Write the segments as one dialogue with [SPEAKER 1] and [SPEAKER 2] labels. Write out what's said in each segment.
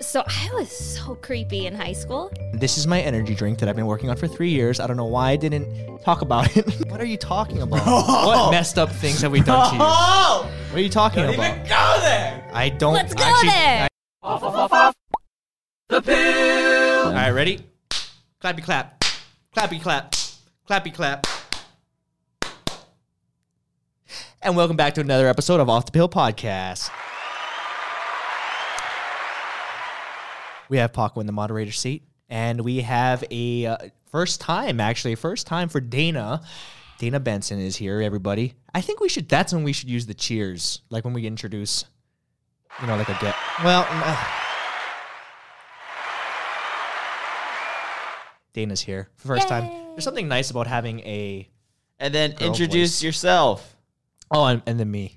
[SPEAKER 1] So I was so creepy in high school.
[SPEAKER 2] This is my energy drink that I've been working on for three years. I don't know why I didn't talk about it. what are you talking about? What messed up things have we done to you? What
[SPEAKER 3] Oh!
[SPEAKER 2] are you talking
[SPEAKER 3] Don't
[SPEAKER 2] about?
[SPEAKER 3] even go there!
[SPEAKER 2] I don't.
[SPEAKER 1] Let's go
[SPEAKER 2] actually-
[SPEAKER 1] there.
[SPEAKER 2] I-
[SPEAKER 3] The pill!
[SPEAKER 2] all right, ready? Clappy clap, clappy clap, clappy clap. And welcome back to another episode of Off the Pill Podcast. We have Paco in the moderator seat, and we have a uh, first time, actually, first time for Dana. Dana Benson is here, everybody. I think we should. That's when we should use the cheers, like when we introduce, you know, like a get. Well, uh, Dana's here for first time. There's something nice about having a.
[SPEAKER 3] And then
[SPEAKER 2] Girl
[SPEAKER 3] introduce
[SPEAKER 2] voice.
[SPEAKER 3] yourself.
[SPEAKER 2] Oh, and, and then me.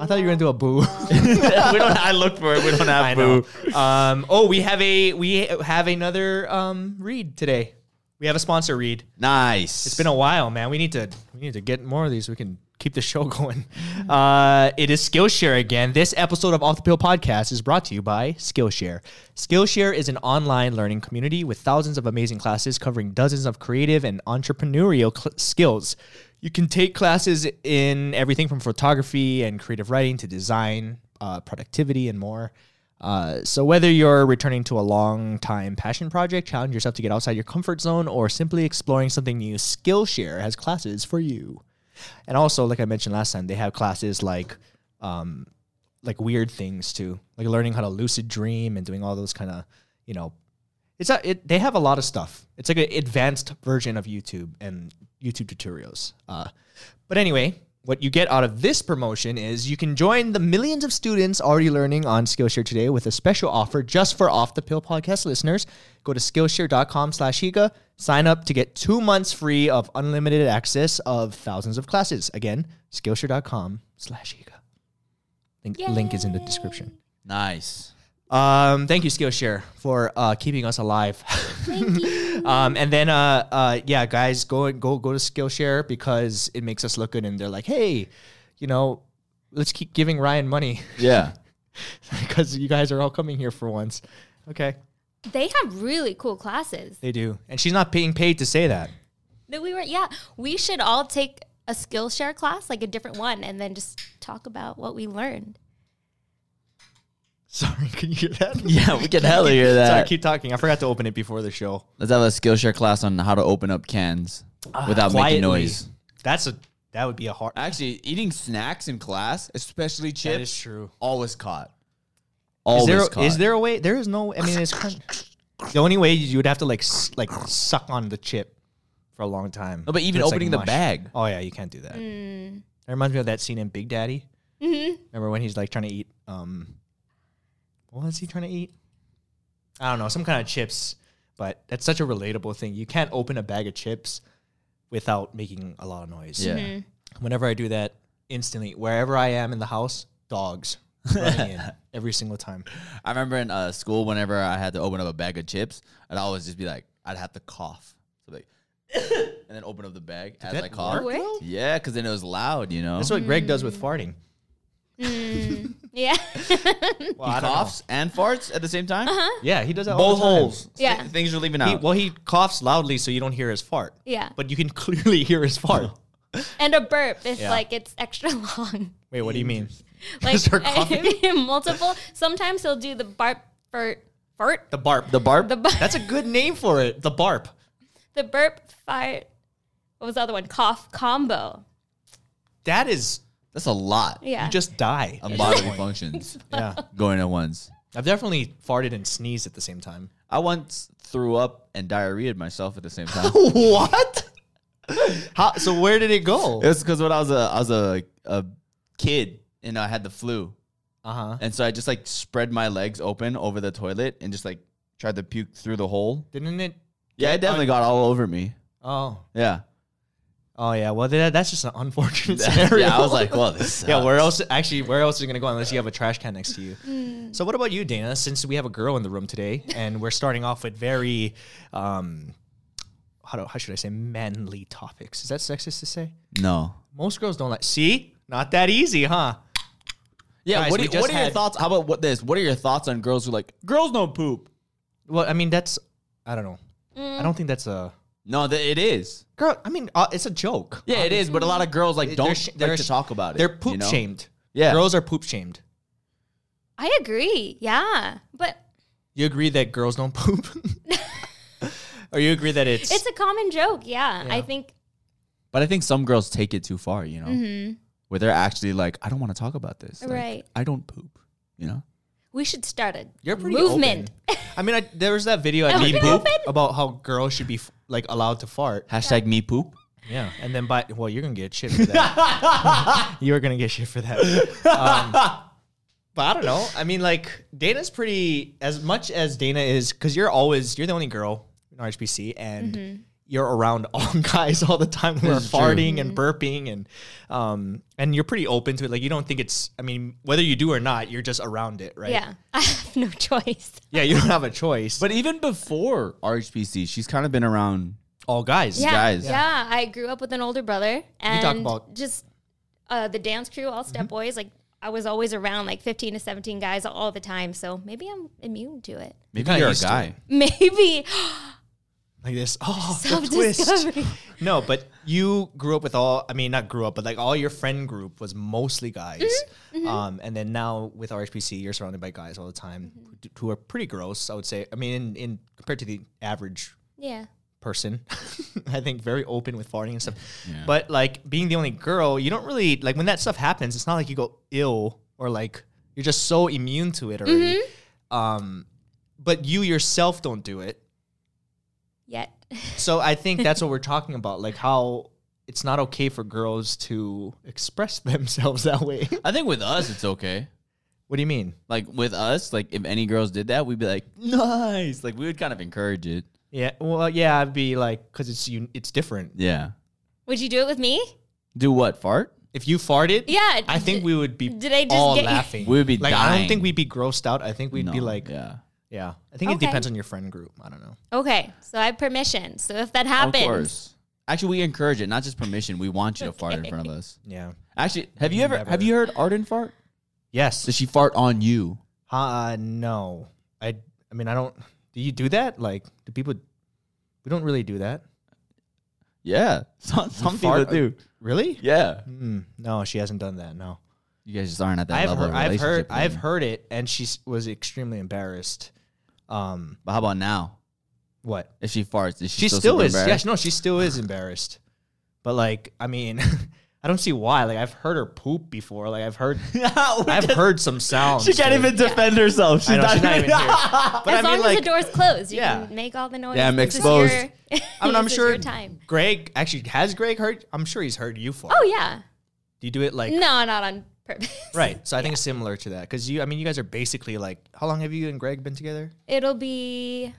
[SPEAKER 2] I thought you were gonna do a boo.
[SPEAKER 3] we don't. I looked for it. We don't have
[SPEAKER 2] I
[SPEAKER 3] boo.
[SPEAKER 2] know. Um, oh, we have a we have another um, read today. We have a sponsor read.
[SPEAKER 3] Nice.
[SPEAKER 2] It's been a while, man. We need to we need to get more of these. so We can keep the show going. Uh, it is Skillshare again. This episode of Off the Pill Podcast is brought to you by Skillshare. Skillshare is an online learning community with thousands of amazing classes covering dozens of creative and entrepreneurial cl- skills. You can take classes in everything from photography and creative writing to design, uh, productivity, and more. Uh, so whether you're returning to a long time passion project, challenge yourself to get outside your comfort zone, or simply exploring something new, Skillshare has classes for you. And also, like I mentioned last time, they have classes like, um, like weird things too, like learning how to lucid dream and doing all those kind of, you know, it's a, it, they have a lot of stuff. It's like an advanced version of YouTube and YouTube tutorials. Uh, but anyway, what you get out of this promotion is you can join the millions of students already learning on Skillshare today with a special offer just for Off the Pill podcast listeners. Go to Skillshare.com slash Higa, sign up to get two months free of unlimited access of thousands of classes. Again, Skillshare.com slash Higa. Link, link is in the description.
[SPEAKER 3] nice.
[SPEAKER 2] Um, thank you, Skillshare, for uh, keeping us alive. um, and then, uh, uh, yeah, guys, go and go go to Skillshare because it makes us look good, and they're like, hey, you know, let's keep giving Ryan money
[SPEAKER 3] Yeah.
[SPEAKER 2] because you guys are all coming here for once. Okay,
[SPEAKER 1] They have really cool classes.
[SPEAKER 2] they do, and she's not being paid to say that.
[SPEAKER 1] That we were yeah, we should all take a Skillshare class, like a different one, and then just talk about what we learned.
[SPEAKER 2] Sorry, can you hear that?
[SPEAKER 3] Yeah, we can hella hear
[SPEAKER 2] Sorry,
[SPEAKER 3] that.
[SPEAKER 2] keep talking. I forgot to open it before the show.
[SPEAKER 3] Let's have a Skillshare class on how to open up cans without
[SPEAKER 2] Ah, Uh, Quietly.
[SPEAKER 3] making noise. Ah,
[SPEAKER 2] That's a that would be a hard.
[SPEAKER 3] Actually, eating snacks in class, especially chips,
[SPEAKER 2] is true.
[SPEAKER 3] Always caught.
[SPEAKER 2] Is
[SPEAKER 3] Always
[SPEAKER 2] there,
[SPEAKER 3] caught.
[SPEAKER 2] is there a way? There is no. I mean, it's kind of, the only way you would have to like s- like suck on the chip for a long time.
[SPEAKER 3] No, but even
[SPEAKER 2] So it's, like,
[SPEAKER 3] opening the
[SPEAKER 2] mush.
[SPEAKER 3] bag.
[SPEAKER 2] Oh yeah, you can't do that. That reminds me of that scene in Big Daddy. Remember when he's like trying to eat? Um, what was he trying to eat? I don't know, some kind of chips. But that's such a relatable thing. You can't open a bag of chips without making a lot of noise.
[SPEAKER 3] Yeah.
[SPEAKER 2] Whenever I do that, instantly, wherever I am in the house, dogs running in every single time.
[SPEAKER 3] I remember in uh, school, whenever I had to open up a bag of chips, I'd always just be like, I'd have to cough. So like, and then open up the bag as
[SPEAKER 2] that
[SPEAKER 3] I cough.
[SPEAKER 1] work?
[SPEAKER 2] though?
[SPEAKER 3] Yeah, because then it was loud, you know.
[SPEAKER 2] That's what Greg does with farting.
[SPEAKER 1] Yeah.
[SPEAKER 2] Well,
[SPEAKER 3] he
[SPEAKER 2] I don't know.
[SPEAKER 3] coughs and farts at the same time.
[SPEAKER 2] Yeah, he does that all
[SPEAKER 3] Both
[SPEAKER 2] the time.
[SPEAKER 3] holes.
[SPEAKER 1] Uh-huh. Yeah.
[SPEAKER 3] Th- things are leaving
[SPEAKER 2] He,
[SPEAKER 3] out.
[SPEAKER 2] well, he coughs loudly so you don't hear his fart.
[SPEAKER 1] yeah.
[SPEAKER 2] But you can clearly hear his fart.
[SPEAKER 1] And a burp if
[SPEAKER 2] Yeah.
[SPEAKER 1] like it's extra long.
[SPEAKER 2] Wait, what do you mean?
[SPEAKER 1] Like
[SPEAKER 2] Start coughing?
[SPEAKER 1] multiple. Sometimes he'll do the barp fart fart.
[SPEAKER 2] The barp.
[SPEAKER 3] the barb.
[SPEAKER 1] The barp
[SPEAKER 2] That's a good name for it. The barp.
[SPEAKER 1] the burp fart. What was the other one? Cough combo.
[SPEAKER 2] That is,
[SPEAKER 3] That's a lot.
[SPEAKER 1] Yeah.
[SPEAKER 2] you just die.
[SPEAKER 3] Of bodily functions
[SPEAKER 2] yeah.
[SPEAKER 3] going at once.
[SPEAKER 2] I've definitely farted and sneezed at the same time.
[SPEAKER 3] I once threw up and diarrheaed myself at the same time.
[SPEAKER 2] what? How, so where did it go?
[SPEAKER 3] It was because when I was a I was a, a kid and I had the flu,
[SPEAKER 2] Uh huh.
[SPEAKER 3] and so I just like spread my legs open over the toilet and just like tried to puke through the hole.
[SPEAKER 2] Didn't it?
[SPEAKER 3] Yeah, it definitely got all over me.
[SPEAKER 2] Oh.
[SPEAKER 3] Yeah,
[SPEAKER 2] Oh yeah. Well, that, that's just an unfortunate scenario.
[SPEAKER 3] yeah. I was like, well, this.
[SPEAKER 2] Yeah,
[SPEAKER 3] sucks."
[SPEAKER 2] where else? Actually, where else is it gonna go unless you have a trash can next to you? so, what about you, Dana? Since we have a girl in the room today, and we're starting off with very, um, how do how should I say, manly topics? Is that sexist to say?
[SPEAKER 3] No.
[SPEAKER 2] Most girls don't like. See, not that easy, huh?
[SPEAKER 3] Yeah,
[SPEAKER 2] Guys,
[SPEAKER 3] what,
[SPEAKER 2] we
[SPEAKER 3] do you-
[SPEAKER 2] just
[SPEAKER 3] what are your
[SPEAKER 2] had-
[SPEAKER 3] thoughts? How about what this? What are your thoughts on girls who like girls don't poop?
[SPEAKER 2] Well, I mean, that's I don't know. I don't think that's a
[SPEAKER 3] No, th- it is.
[SPEAKER 2] girl. I mean, uh, it's a joke.
[SPEAKER 3] Yeah, it is. But a lot of girls like
[SPEAKER 2] They're
[SPEAKER 3] don't
[SPEAKER 2] sh-
[SPEAKER 3] like
[SPEAKER 2] they're
[SPEAKER 3] to
[SPEAKER 2] sh-
[SPEAKER 3] talk about it.
[SPEAKER 2] They're poop
[SPEAKER 3] you know?
[SPEAKER 2] shamed.
[SPEAKER 3] Yeah.
[SPEAKER 2] girls are poop shamed.
[SPEAKER 1] I agree. Yeah, but
[SPEAKER 2] You agree that girls don't poop, or you agree that it's,
[SPEAKER 1] it's a common joke. Yeah, I think.
[SPEAKER 3] But I think some girls take it too far. You know, where they're actually like, I don't want to talk about this. Like,
[SPEAKER 1] Right.
[SPEAKER 3] I don't poop. You know.
[SPEAKER 1] We should start a
[SPEAKER 2] you're pretty
[SPEAKER 1] movement.
[SPEAKER 2] open. I mean, I, there was that video at
[SPEAKER 1] Are we
[SPEAKER 2] Me Poop
[SPEAKER 1] open?
[SPEAKER 2] about how girls should be f- like allowed to fart.
[SPEAKER 3] Hashtag me poop.
[SPEAKER 2] Yeah, and then by well, you're gonna get shit for that. you are gonna get shit for that. Um, but I don't know. I mean, like Dana's pretty as much as Dana is because you're always you're the only girl in RHBC and.
[SPEAKER 1] Mm-hmm.
[SPEAKER 2] You're around all guys all the time who are
[SPEAKER 3] This is true.
[SPEAKER 2] farting and
[SPEAKER 1] Mm-hmm.
[SPEAKER 2] burping and um and you're pretty open to it. Like you don't think it's I mean, whether you do or not, you're just around it, right?
[SPEAKER 1] Yeah, I have no choice.
[SPEAKER 2] Yeah, you don't have a choice. But
[SPEAKER 3] But even before RHPC, she's kind of been around.
[SPEAKER 2] all guys.
[SPEAKER 1] Yeah,
[SPEAKER 3] guys.
[SPEAKER 1] yeah. I grew up with an older brother, and
[SPEAKER 2] talk about- Mm-hmm.
[SPEAKER 1] just uh, the dance crew, all step boys. Like I was always around like fifteen to seventeen guys all the time. So maybe I'm immune to it.
[SPEAKER 3] Maybe
[SPEAKER 2] kinda
[SPEAKER 3] you're a
[SPEAKER 2] used to
[SPEAKER 3] guy.
[SPEAKER 1] Maybe
[SPEAKER 2] Like this. Oh, the
[SPEAKER 1] self
[SPEAKER 2] twist.
[SPEAKER 1] discovery.
[SPEAKER 2] No, but you grew up with all. I mean, not grew up, but like all your friend group was mostly guys. Um, and then now with RHPC, you're surrounded by guys all the time who d- who are pretty gross. I would say. I mean, in, in compared to the average
[SPEAKER 1] Yeah,
[SPEAKER 2] person, I think very open with farting and stuff. But like being the only girl, you don't really like when that stuff happens. It's not like you go ill or like you're just so immune to it already. Um, but you yourself don't do it.
[SPEAKER 1] yet.
[SPEAKER 2] So I think that's what we're talking about, like how it's not okay for girls to express themselves that way.
[SPEAKER 3] I think with us, it's okay.
[SPEAKER 2] what do you mean?
[SPEAKER 3] Like with us, like if any girls did that, we'd be like, nice. Like we would kind of encourage it.
[SPEAKER 2] Yeah, well, yeah, I'd be like, because it's you, it's different.
[SPEAKER 3] Yeah.
[SPEAKER 1] Would you do it with me?
[SPEAKER 3] Do what? Fart?
[SPEAKER 2] If you farted,
[SPEAKER 1] Yeah,
[SPEAKER 2] I think we would be
[SPEAKER 1] did I just
[SPEAKER 2] all
[SPEAKER 1] get you-
[SPEAKER 2] laughing.
[SPEAKER 3] We would be
[SPEAKER 2] like, I don't
[SPEAKER 3] dying.
[SPEAKER 2] think we'd be grossed out. I think we'd be
[SPEAKER 3] No.
[SPEAKER 2] like, yeah.
[SPEAKER 3] yeah.
[SPEAKER 2] I think it
[SPEAKER 1] Okay.
[SPEAKER 2] depends on your friend group. I don't know.
[SPEAKER 1] Okay, so I have permission. So if that happens,
[SPEAKER 3] Of course. Actually, we encourage it, not just permission. We want you to fart in front of us.
[SPEAKER 2] Yeah.
[SPEAKER 3] Actually, have you ever have
[SPEAKER 2] Never.
[SPEAKER 3] you heard Arden fart?
[SPEAKER 2] Yes.
[SPEAKER 3] Does she fart on you?
[SPEAKER 2] Uh, no. I. I mean, I don't. Do you do that? Like, do people? We don't really do that.
[SPEAKER 3] Yeah. Some, some people
[SPEAKER 2] fart-
[SPEAKER 3] do.
[SPEAKER 2] Really?
[SPEAKER 3] Yeah.
[SPEAKER 2] Mm, no, she hasn't done that. No.
[SPEAKER 3] You guys just aren't at that
[SPEAKER 2] I've
[SPEAKER 3] level
[SPEAKER 2] heard,
[SPEAKER 3] of
[SPEAKER 2] I've
[SPEAKER 3] relationship.
[SPEAKER 2] heard,
[SPEAKER 3] yet.
[SPEAKER 2] I've heard it, and she s- was extremely embarrassed. Um,
[SPEAKER 3] But how about now?
[SPEAKER 2] what?
[SPEAKER 3] If she farts, is she,
[SPEAKER 2] She still,
[SPEAKER 3] super
[SPEAKER 2] is. Yeah,
[SPEAKER 3] embarrassed?
[SPEAKER 2] she- no, she still is embarrassed. But like, I mean, I don't see why. Like, I've heard her poop before. Like, I've heard, I've heard some sounds. dude.
[SPEAKER 3] defend herself. She's
[SPEAKER 2] I know, she's not even here.
[SPEAKER 1] as
[SPEAKER 2] But I mean,
[SPEAKER 1] long
[SPEAKER 2] like,
[SPEAKER 1] as the door's closed, you
[SPEAKER 2] yeah.
[SPEAKER 1] can make all the noise.
[SPEAKER 3] Yeah, I'm
[SPEAKER 1] This is
[SPEAKER 3] exposed.
[SPEAKER 1] your-
[SPEAKER 2] I mean, I'm
[SPEAKER 1] this is
[SPEAKER 2] sure
[SPEAKER 1] your time.
[SPEAKER 2] Greg actually has Greg heard. I'm sure he's heard you fart.
[SPEAKER 1] Oh yeah,
[SPEAKER 2] Do you do it like
[SPEAKER 1] no, not on purpose.
[SPEAKER 2] right? So I think it's similar to that because you. I mean, you guys are basically like. How long have you and Greg been together?
[SPEAKER 1] It'll be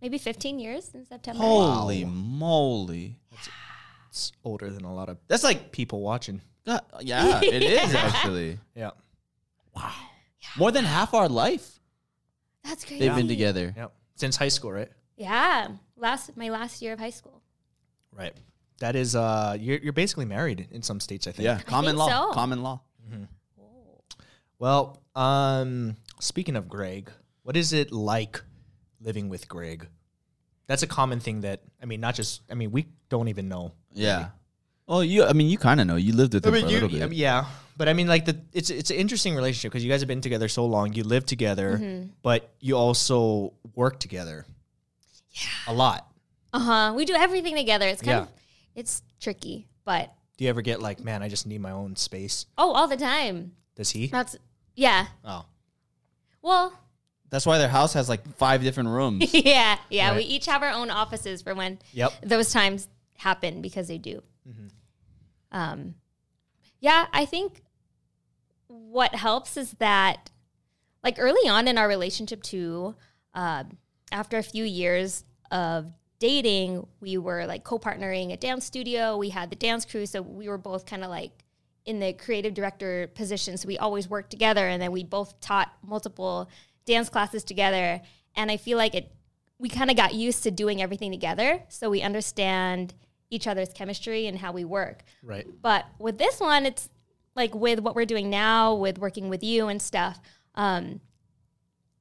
[SPEAKER 1] maybe 15 years in September.
[SPEAKER 3] Holy moly.
[SPEAKER 2] It's older than a lot of
[SPEAKER 3] That's like,
[SPEAKER 2] people watching.
[SPEAKER 3] God, yeah, it is actually.
[SPEAKER 2] Yeah.
[SPEAKER 3] More than half our life
[SPEAKER 1] That's crazy.
[SPEAKER 3] they've been together.
[SPEAKER 2] Yeah. Since high school, right?
[SPEAKER 1] Yeah, last my last year of high school.
[SPEAKER 2] Right. That is uh you're you're basically married in some states, I think.
[SPEAKER 3] Yeah, common
[SPEAKER 1] think
[SPEAKER 3] law.
[SPEAKER 1] so.
[SPEAKER 3] Common law.
[SPEAKER 2] Well, um speaking of Greg, what is it like living with Greg? That's a common thing that I mean, not just I mean, we don't even know.
[SPEAKER 3] Yeah. Well, you. I mean, you kind of know. You lived with
[SPEAKER 2] I
[SPEAKER 3] them
[SPEAKER 2] mean,
[SPEAKER 3] for a
[SPEAKER 2] you,
[SPEAKER 3] little bit.
[SPEAKER 2] I mean, yeah, but I mean, like the it's it's an interesting relationship because you guys have been together so long, you live together, but you also work together, yeah, a lot.
[SPEAKER 1] Uh huh. We do everything together. It's kind
[SPEAKER 2] Yeah.
[SPEAKER 1] of it's tricky, but
[SPEAKER 2] Do you ever get like, man, I just need my own space?
[SPEAKER 1] oh, all the time.
[SPEAKER 2] Does he?
[SPEAKER 1] That's yeah.
[SPEAKER 2] Oh,
[SPEAKER 1] Well,
[SPEAKER 3] That's why their house has like five different rooms.
[SPEAKER 1] yeah, yeah. We
[SPEAKER 2] Right.
[SPEAKER 1] each have our own offices for when
[SPEAKER 2] yep.
[SPEAKER 1] those times happen because they do. Um, yeah, I think what helps is that, like early on in our relationship too, um, after a few years of dating, we were like co-partnering a dance studio. We had the dance crew, so we were both kind of like in the creative director position. So we always worked together, and then we both taught multiple dance classes together. And I feel like it we kind of got used to doing everything together, so we understand each other's chemistry and how we work.
[SPEAKER 2] Right.
[SPEAKER 1] But with this one, it's like with what we're doing now, with working with you and stuff, um,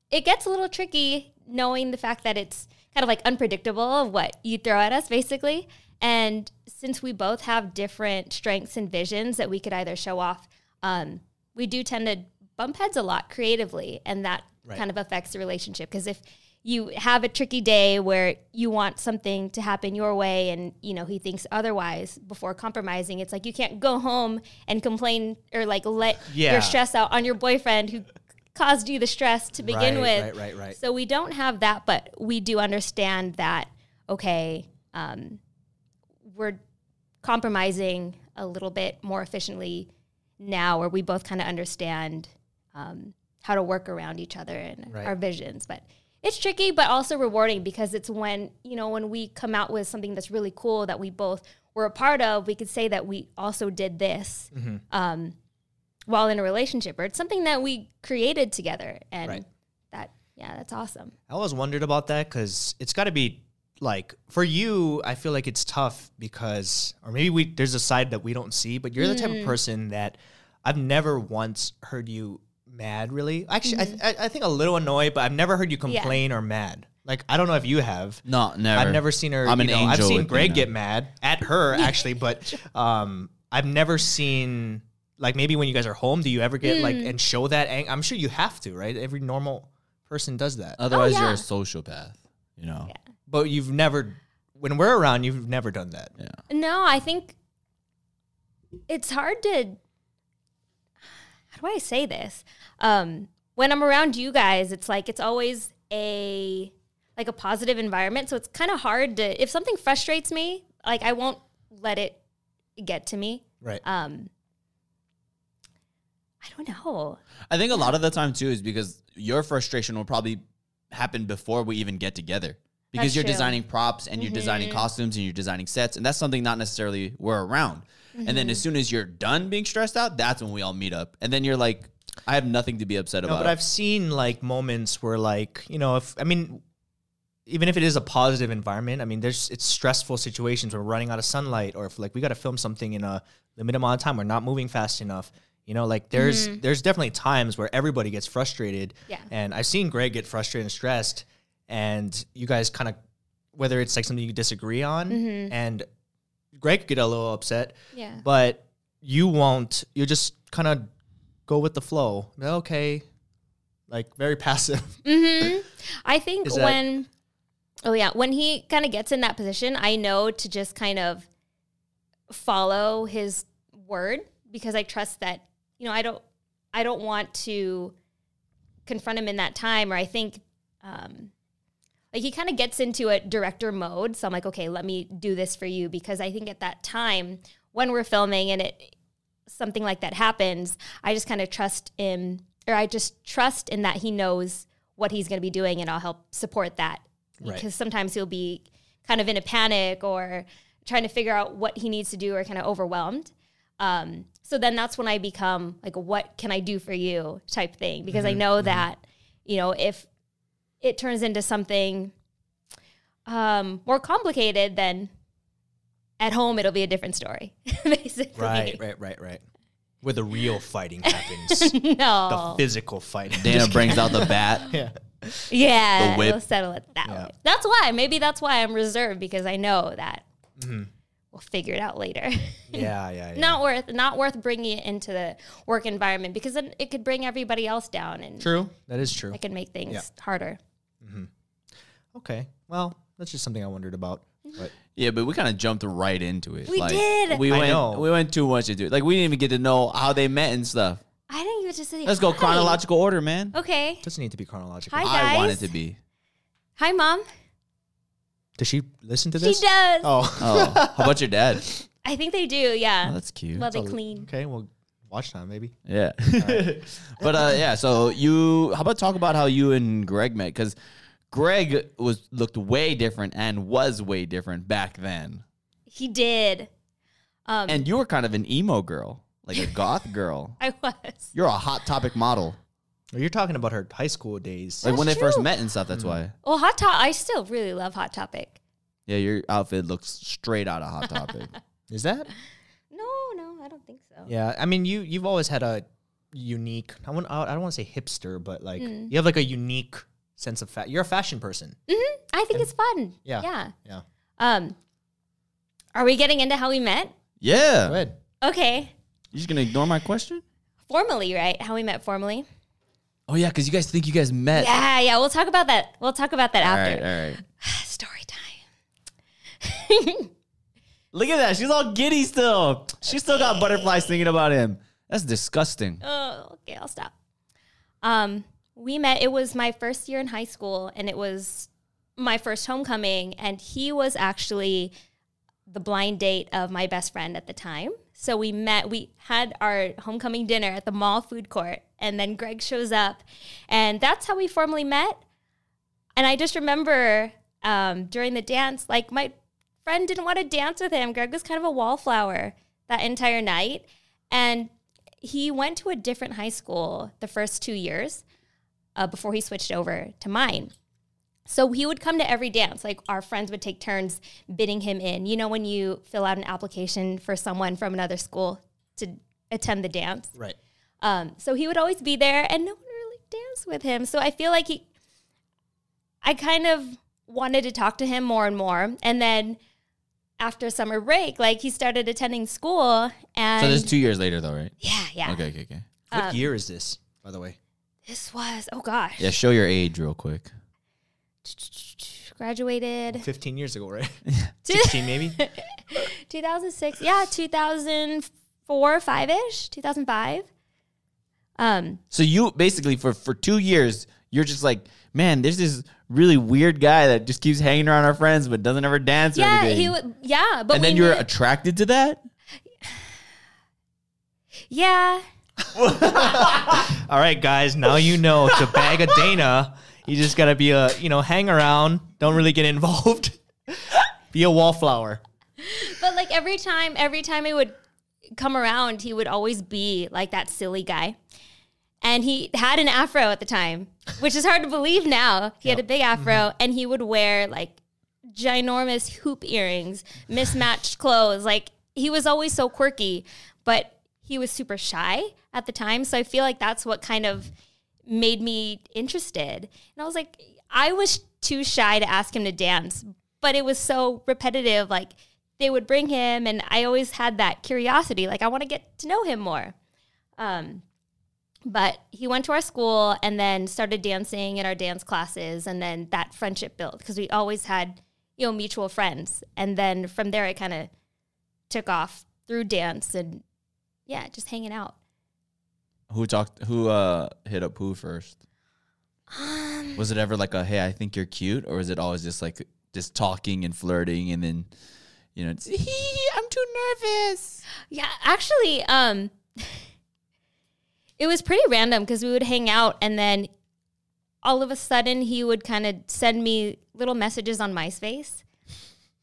[SPEAKER 1] it gets a little tricky knowing the fact that it's kind of like unpredictable of what you throw at us, basically. And since we both have different strengths and visions that we could either show off, um, we do tend to bump heads a lot creatively, and that
[SPEAKER 2] Right.
[SPEAKER 1] kind of affects the relationship. Because if you have a tricky day where you want something to happen your way, and you know he thinks otherwise before compromising, it's like you can't go home and complain or like let
[SPEAKER 2] Yeah.
[SPEAKER 1] your stress out on your boyfriend who caused you the stress to begin
[SPEAKER 2] Right,
[SPEAKER 1] with.
[SPEAKER 2] right, right, right.
[SPEAKER 1] So we don't have that, but we do understand that, okay, um, we're compromising a little bit more efficiently now, where we both kind of understand um, how to work around each other and
[SPEAKER 2] Right.
[SPEAKER 1] our visions. But it's tricky, but also rewarding because it's when, you know, when we come out with something that's really cool that we both were a part of, we could say that we also did this.
[SPEAKER 2] Mm-hmm.
[SPEAKER 1] Um, while in a relationship, or it's something that we created together, and
[SPEAKER 2] Right.
[SPEAKER 1] that yeah, that's awesome.
[SPEAKER 2] I always wondered about that because it's got to be like for you. I feel like it's tough because, or maybe we there's a side that we don't see. But you're the type
[SPEAKER 1] Mm.
[SPEAKER 2] of person that I've never once heard you mad. Really, actually, I,
[SPEAKER 1] Mm-hmm.
[SPEAKER 2] I, I think a little annoyed, but I've never heard you complain or mad. Like I don't know if you have.
[SPEAKER 3] No, never.
[SPEAKER 2] I've never seen her.
[SPEAKER 3] I'm
[SPEAKER 2] you
[SPEAKER 3] an
[SPEAKER 2] know, I've
[SPEAKER 3] angel
[SPEAKER 2] seen
[SPEAKER 3] with
[SPEAKER 2] Greg
[SPEAKER 3] Dana.
[SPEAKER 2] get mad at her actually, but um, I've never seen like maybe when you guys are home, do you ever get like and show that? Ang- I'm sure you have to, right? Every normal person does that,
[SPEAKER 3] Otherwise,
[SPEAKER 1] yeah.
[SPEAKER 3] you're a sociopath. You know.
[SPEAKER 2] but you've never. When we're around, you've never done that.
[SPEAKER 3] Yeah.
[SPEAKER 1] No, I think it's hard to. How do I say this? Um, when I'm around you guys, it's like it's always a like a positive environment. So it's kind of hard to if something frustrates me, like I won't let it get to me.
[SPEAKER 2] Right.
[SPEAKER 1] Um, I don't know.
[SPEAKER 3] I think a lot of the time too is because your frustration will probably happen before we even get together. Because
[SPEAKER 1] That's
[SPEAKER 3] you're
[SPEAKER 1] true.
[SPEAKER 3] designing props and you're designing
[SPEAKER 2] Mm-hmm.
[SPEAKER 3] costumes and you're designing sets, and that's something not necessarily we're around. And then
[SPEAKER 2] Mm-hmm.
[SPEAKER 3] as soon as you're done being stressed out, that's when we all meet up. And then you're like, I have nothing to be upset
[SPEAKER 2] No,
[SPEAKER 3] about.
[SPEAKER 2] but I've seen like moments where like you know if I mean, even if it is a positive environment, I mean there's it's stressful situations where we're running out of sunlight or if like we got to film something in a limited amount of time, we're not moving fast enough. You know, like there's there's definitely times where everybody gets frustrated.
[SPEAKER 1] Yeah.
[SPEAKER 2] And I've seen Greg get frustrated and stressed, and you guys kind of whether it's like something you disagree on, and Greg could get a little upset.
[SPEAKER 1] Yeah.
[SPEAKER 2] But you won't. You just kind of go with the flow. Okay. Like very passive.
[SPEAKER 1] Mm-hmm. I think
[SPEAKER 2] Is that-
[SPEAKER 1] when, oh yeah, when he kind of gets in that position, I know to just kind of follow his word because I trust that you know I don't I don't want to confront him in that time or I think um, like he kind of gets into a director mode. So I'm like, okay, let me do this for you because I think at that time when we're filming and it something like that happens, I just kind of trust him or I just trust in that he knows what he's going to be doing and I'll help support that
[SPEAKER 2] Right.
[SPEAKER 1] because sometimes he'll be kind of in a panic or trying to figure out what he needs to do or kind of overwhelmed. Um, so then that's when I become like, what can I do for you type thing? Because
[SPEAKER 2] Mm-hmm.
[SPEAKER 1] I know that, you know, if it turns into something um, more complicated, then at home it'll be a different story, basically.
[SPEAKER 2] right, right, right. Where the real fighting happens.
[SPEAKER 1] No.
[SPEAKER 2] Physical fighting.
[SPEAKER 3] Dana brings out the bat.
[SPEAKER 2] yeah.
[SPEAKER 1] yeah,
[SPEAKER 3] the whip.
[SPEAKER 1] we'll settle it that
[SPEAKER 2] Yeah.
[SPEAKER 1] way. That's why. Maybe that's why I'm reserved because I know that
[SPEAKER 3] Mm-hmm.
[SPEAKER 1] we'll figure it out later.
[SPEAKER 2] Yeah, yeah, yeah.
[SPEAKER 1] not worth not worth bringing it into the work environment because then it could bring everybody else down and
[SPEAKER 2] True. That is true.
[SPEAKER 1] it could make things
[SPEAKER 2] Yeah.
[SPEAKER 1] harder.
[SPEAKER 2] Okay. Well, that's just something I wondered about. But
[SPEAKER 3] Yeah, but we kind of jumped right into it.
[SPEAKER 1] We did.
[SPEAKER 3] We
[SPEAKER 2] I
[SPEAKER 3] went.
[SPEAKER 2] know.
[SPEAKER 3] We went too much into it. Like we didn't even get to know how they met and stuff.
[SPEAKER 1] I didn't even just say
[SPEAKER 3] Let's go
[SPEAKER 1] hi.
[SPEAKER 3] chronological order, man.
[SPEAKER 1] Okay.
[SPEAKER 2] it doesn't need to be chronological.
[SPEAKER 1] Hi.
[SPEAKER 3] I want
[SPEAKER 1] guys.
[SPEAKER 3] it to be.
[SPEAKER 1] Hi, mom.
[SPEAKER 2] Does she listen to
[SPEAKER 1] She
[SPEAKER 2] this?
[SPEAKER 1] does.
[SPEAKER 2] Oh.
[SPEAKER 3] Oh, how about your dad?
[SPEAKER 1] I think they do. Yeah.
[SPEAKER 3] Oh, that's cute.
[SPEAKER 1] Love it clean.
[SPEAKER 2] Okay, well, watch time maybe.
[SPEAKER 3] Yeah. but uh, yeah, so you, how about talk about how you and Greg met? Because Greg was looked way different and was way different back then,
[SPEAKER 1] He did. Um,
[SPEAKER 3] and you were kind of an emo girl, like a goth girl.
[SPEAKER 1] I was.
[SPEAKER 3] You're a hot topic model,
[SPEAKER 2] Well, you're talking about her high school days.
[SPEAKER 3] like when they
[SPEAKER 1] That's
[SPEAKER 3] first
[SPEAKER 1] true.
[SPEAKER 3] met and stuff. That's why.
[SPEAKER 1] Well, Hot Top. I still really love Hot Topic.
[SPEAKER 3] Yeah, your outfit looks straight out of Hot Topic.
[SPEAKER 2] Is that?
[SPEAKER 1] No, no, I don't think so.
[SPEAKER 2] Yeah, I mean, you you've always had a unique. I want I don't want to say hipster, but like you have like a unique sense of fat. You're a fashion person.
[SPEAKER 1] I think it's fun.
[SPEAKER 2] Yeah.
[SPEAKER 1] Yeah.
[SPEAKER 2] Yeah.
[SPEAKER 1] Um, are we getting into how we met?
[SPEAKER 2] Go
[SPEAKER 3] Yeah.
[SPEAKER 2] ahead.
[SPEAKER 1] Okay.
[SPEAKER 3] You just gonna ignore my question?
[SPEAKER 1] Formally, right? How we met formally.
[SPEAKER 3] Oh yeah, because you guys think you guys met.
[SPEAKER 1] Yeah, yeah. We'll talk about that. We'll talk about that
[SPEAKER 3] All
[SPEAKER 1] after.
[SPEAKER 3] right, all right.
[SPEAKER 1] Story time.
[SPEAKER 3] Look at that. She's all giddy still. She still got butterflies thinking about him. That's disgusting.
[SPEAKER 1] Oh, okay. I'll stop. Um, we met. It was my first year in high school, and it was my first homecoming. And he was actually the blind date of my best friend at the time. So we met. We had our homecoming dinner at the mall food court, and then Greg shows up, and that's how we formally met. And I just remember um, during the dance, like my friend didn't want to dance with him. Greg was kind of a wallflower that entire night. And he went to a different high school the first two years uh, before he switched over to mine. So he would come to every dance. Like our friends would take turns bidding him in. You know, when you fill out an application for someone from another school to attend the dance.
[SPEAKER 2] Right.
[SPEAKER 1] Um, so he would always be there, and no one really danced with him. So I feel like he, I kind of wanted to talk to him more and more. And then after summer break, like he started attending school, and
[SPEAKER 3] So this is two years later though, right?
[SPEAKER 1] yeah, yeah,
[SPEAKER 3] Okay, okay, okay.
[SPEAKER 2] what year is this, by the way?
[SPEAKER 1] this was oh gosh,
[SPEAKER 3] Yeah, show your age real quick.
[SPEAKER 1] graduated
[SPEAKER 2] Fifteen years ago, right? Sixteen, maybe.
[SPEAKER 1] 2006, yeah, 2004, five ish, 2005. Um,
[SPEAKER 3] So you basically for for two years you're just like, man, there's this really weird guy that just keeps hanging around our friends but doesn't ever dance or
[SPEAKER 1] yeah,
[SPEAKER 3] anything.
[SPEAKER 1] he would, yeah, but
[SPEAKER 3] and then
[SPEAKER 1] we
[SPEAKER 3] you're
[SPEAKER 1] knew-
[SPEAKER 3] attracted to that.
[SPEAKER 1] yeah,
[SPEAKER 2] All right, guys. Now you know to bag a Dana, you just gotta be a you know hang around. Don't really get involved. be a wallflower.
[SPEAKER 1] But like every time, every time he would come around, he would always be like that silly guy. And he had an afro at the time, which is hard to believe now. He had a big afro and he would wear like ginormous hoop earrings, mismatched clothes. Like he was always so quirky, but he was super shy at the time. So I feel like that's what kind of made me interested. And I was like, I was too shy to ask him to dance, but it was so repetitive. Like they would bring him, and I always had that curiosity. Like I want to get to know him more. Um, but he went to our school and then started dancing in our dance classes, and then that friendship built because we always had you know mutual friends, and then from there it kind of took off through dance and yeah, just hanging out.
[SPEAKER 3] Who talked who uh hit up who first? was it ever like a hey, I think you're cute, or is it always just like just talking and flirting and then you know, it's, I'm too nervous.
[SPEAKER 1] Yeah, actually, um, it was pretty random because we would hang out and then all of a sudden he would kind of send me little messages on MySpace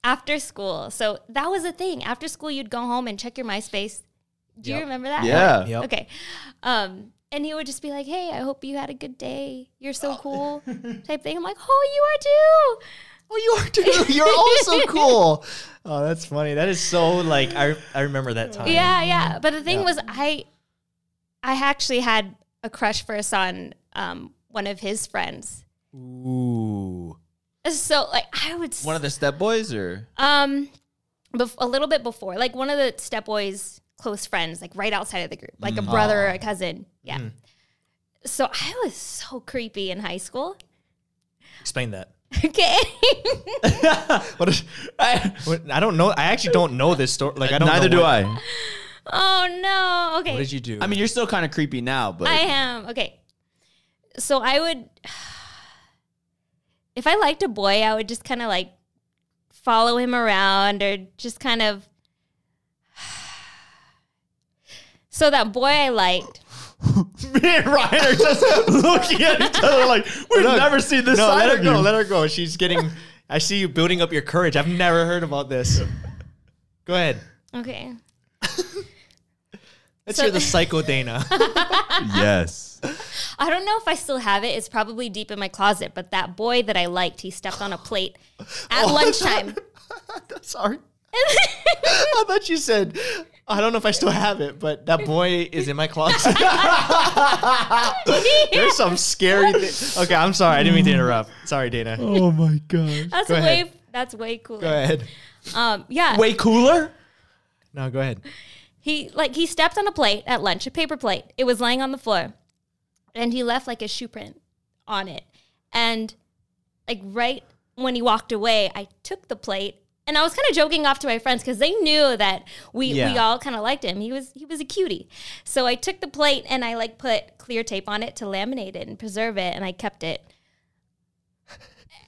[SPEAKER 1] after school. So that was a thing. After school, you'd go home and check your MySpace. Do you
[SPEAKER 2] Yep.
[SPEAKER 1] remember that?
[SPEAKER 3] Yeah.
[SPEAKER 2] Yep.
[SPEAKER 1] Okay. Um, and he would just be like, "Hey, I hope you had a good day. You're so cool," type thing. I'm like, "Oh, you are too."
[SPEAKER 2] Oh, you are too. You're also cool. Oh, that's funny. That is so like I I remember that time.
[SPEAKER 1] Yeah, yeah. But the thing
[SPEAKER 2] Yeah.
[SPEAKER 1] was, I, I actually had a crush first on um, one of his friends.
[SPEAKER 2] Ooh.
[SPEAKER 1] So like, I would s-
[SPEAKER 3] One of the step boys or
[SPEAKER 1] um, bef- a little bit before, like one of the stepboys' close friends, like right outside of the group, like a
[SPEAKER 2] Mm.
[SPEAKER 1] brother or a cousin. Yeah. So I was so creepy in high school.
[SPEAKER 2] Explain that.
[SPEAKER 1] Okay.
[SPEAKER 2] What is, what- I don't know. I actually don't know this story. Like I don't.
[SPEAKER 3] neither
[SPEAKER 2] know
[SPEAKER 3] do
[SPEAKER 2] what-
[SPEAKER 3] I.
[SPEAKER 1] oh no. Okay.
[SPEAKER 2] What did you do?
[SPEAKER 3] I mean you're still kinda creepy now, but
[SPEAKER 1] I am. Okay. So I would if I liked a boy, I would just kind of like follow him around or just kind of So that boy I liked.
[SPEAKER 3] me and Ryan are just looking at each other like we've
[SPEAKER 2] Look,
[SPEAKER 3] never seen this
[SPEAKER 2] no,
[SPEAKER 3] side
[SPEAKER 2] let her
[SPEAKER 3] of
[SPEAKER 2] go.
[SPEAKER 3] you.
[SPEAKER 2] Let her go. She's getting. I see you building up your courage. I've never heard about this. Go ahead.
[SPEAKER 1] Okay.
[SPEAKER 2] Let's
[SPEAKER 1] So-
[SPEAKER 2] hear the psycho Dana.
[SPEAKER 3] yes.
[SPEAKER 1] I don't know if I still have it. It's probably deep in my closet,
[SPEAKER 2] Oh.
[SPEAKER 1] but that boy that I liked, he stepped on a plate at lunchtime.
[SPEAKER 2] Sorry. I thought you said, I don't know if I still have it, but that boy is in my closet. There's some scary thing. Okay, I'm sorry. I didn't mean to interrupt. Sorry, Dana.
[SPEAKER 3] Oh my gosh.
[SPEAKER 1] That's
[SPEAKER 2] Go
[SPEAKER 1] way
[SPEAKER 2] ahead.
[SPEAKER 1] that's way cool.
[SPEAKER 2] Go ahead.
[SPEAKER 1] Um yeah.
[SPEAKER 2] Way cooler? No, go ahead.
[SPEAKER 1] He like he stepped on a plate at lunch, a paper plate. It was laying on the floor. And he left like a shoe print on it. And like right when he walked away, I took the plate and I was kind of joking off to my friends because they knew that we we
[SPEAKER 2] Yeah.
[SPEAKER 1] all kind of liked him. He was he was a cutie. So I took the plate and I like put clear tape on it to laminate it and preserve it and I kept it.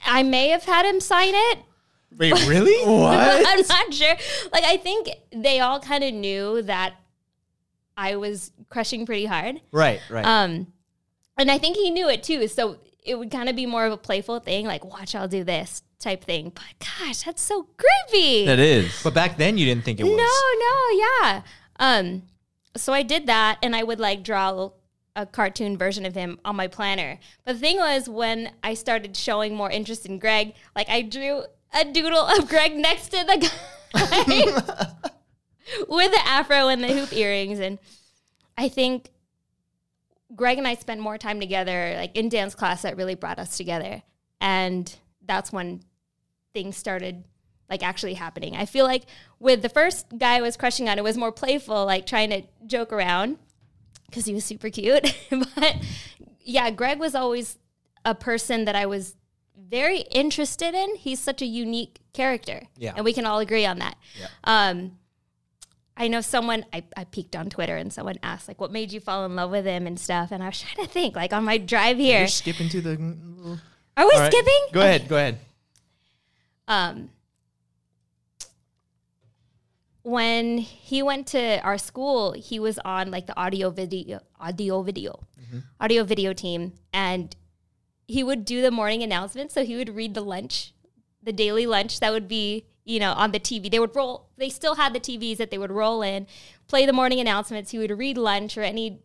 [SPEAKER 1] I may have had him sign it,
[SPEAKER 2] Wait, really?
[SPEAKER 3] What?
[SPEAKER 1] I'm not sure. Like I think they all kind of knew that I was crushing pretty hard.
[SPEAKER 2] right, right.
[SPEAKER 1] Um and I think he knew it too. So it would kind of be more of a playful thing, like watch I'll do this type thing. But gosh, that's so creepy.
[SPEAKER 3] That is.
[SPEAKER 2] but back then you didn't think it was.
[SPEAKER 1] no, no, yeah. Um so I did that and I would like draw a little- a cartoon version of him on my planner. But the thing was when I started showing more interest in Greg, like I drew a doodle of Greg next to the guy. with the afro and the hoop earrings and i think greg and i spent more time together like in dance class that really brought us together and that's when things started like actually happening i feel like with the first guy i was crushing on it was more playful like trying to joke around because he was super cute but yeah greg was always a person that i was very interested in he's such a unique character
[SPEAKER 2] Yeah.
[SPEAKER 1] and we can all agree on that
[SPEAKER 2] Yeah.
[SPEAKER 1] um, I know someone I, I peeked on Twitter and someone asked like what made you fall in love with him and stuff and I was trying to think like on my drive here.
[SPEAKER 2] You're skipping to the.
[SPEAKER 1] Are we
[SPEAKER 2] All right,
[SPEAKER 1] skipping?
[SPEAKER 2] Go ahead. Go ahead.
[SPEAKER 1] Um when he went to our school, he was on like the audio video audio video audio video team and he would do the morning announcements. So he would read the lunch, the daily lunch that would be, you know, on the TV. They would roll, they still had the TVs that they would roll in, play the morning announcements. He would read lunch or any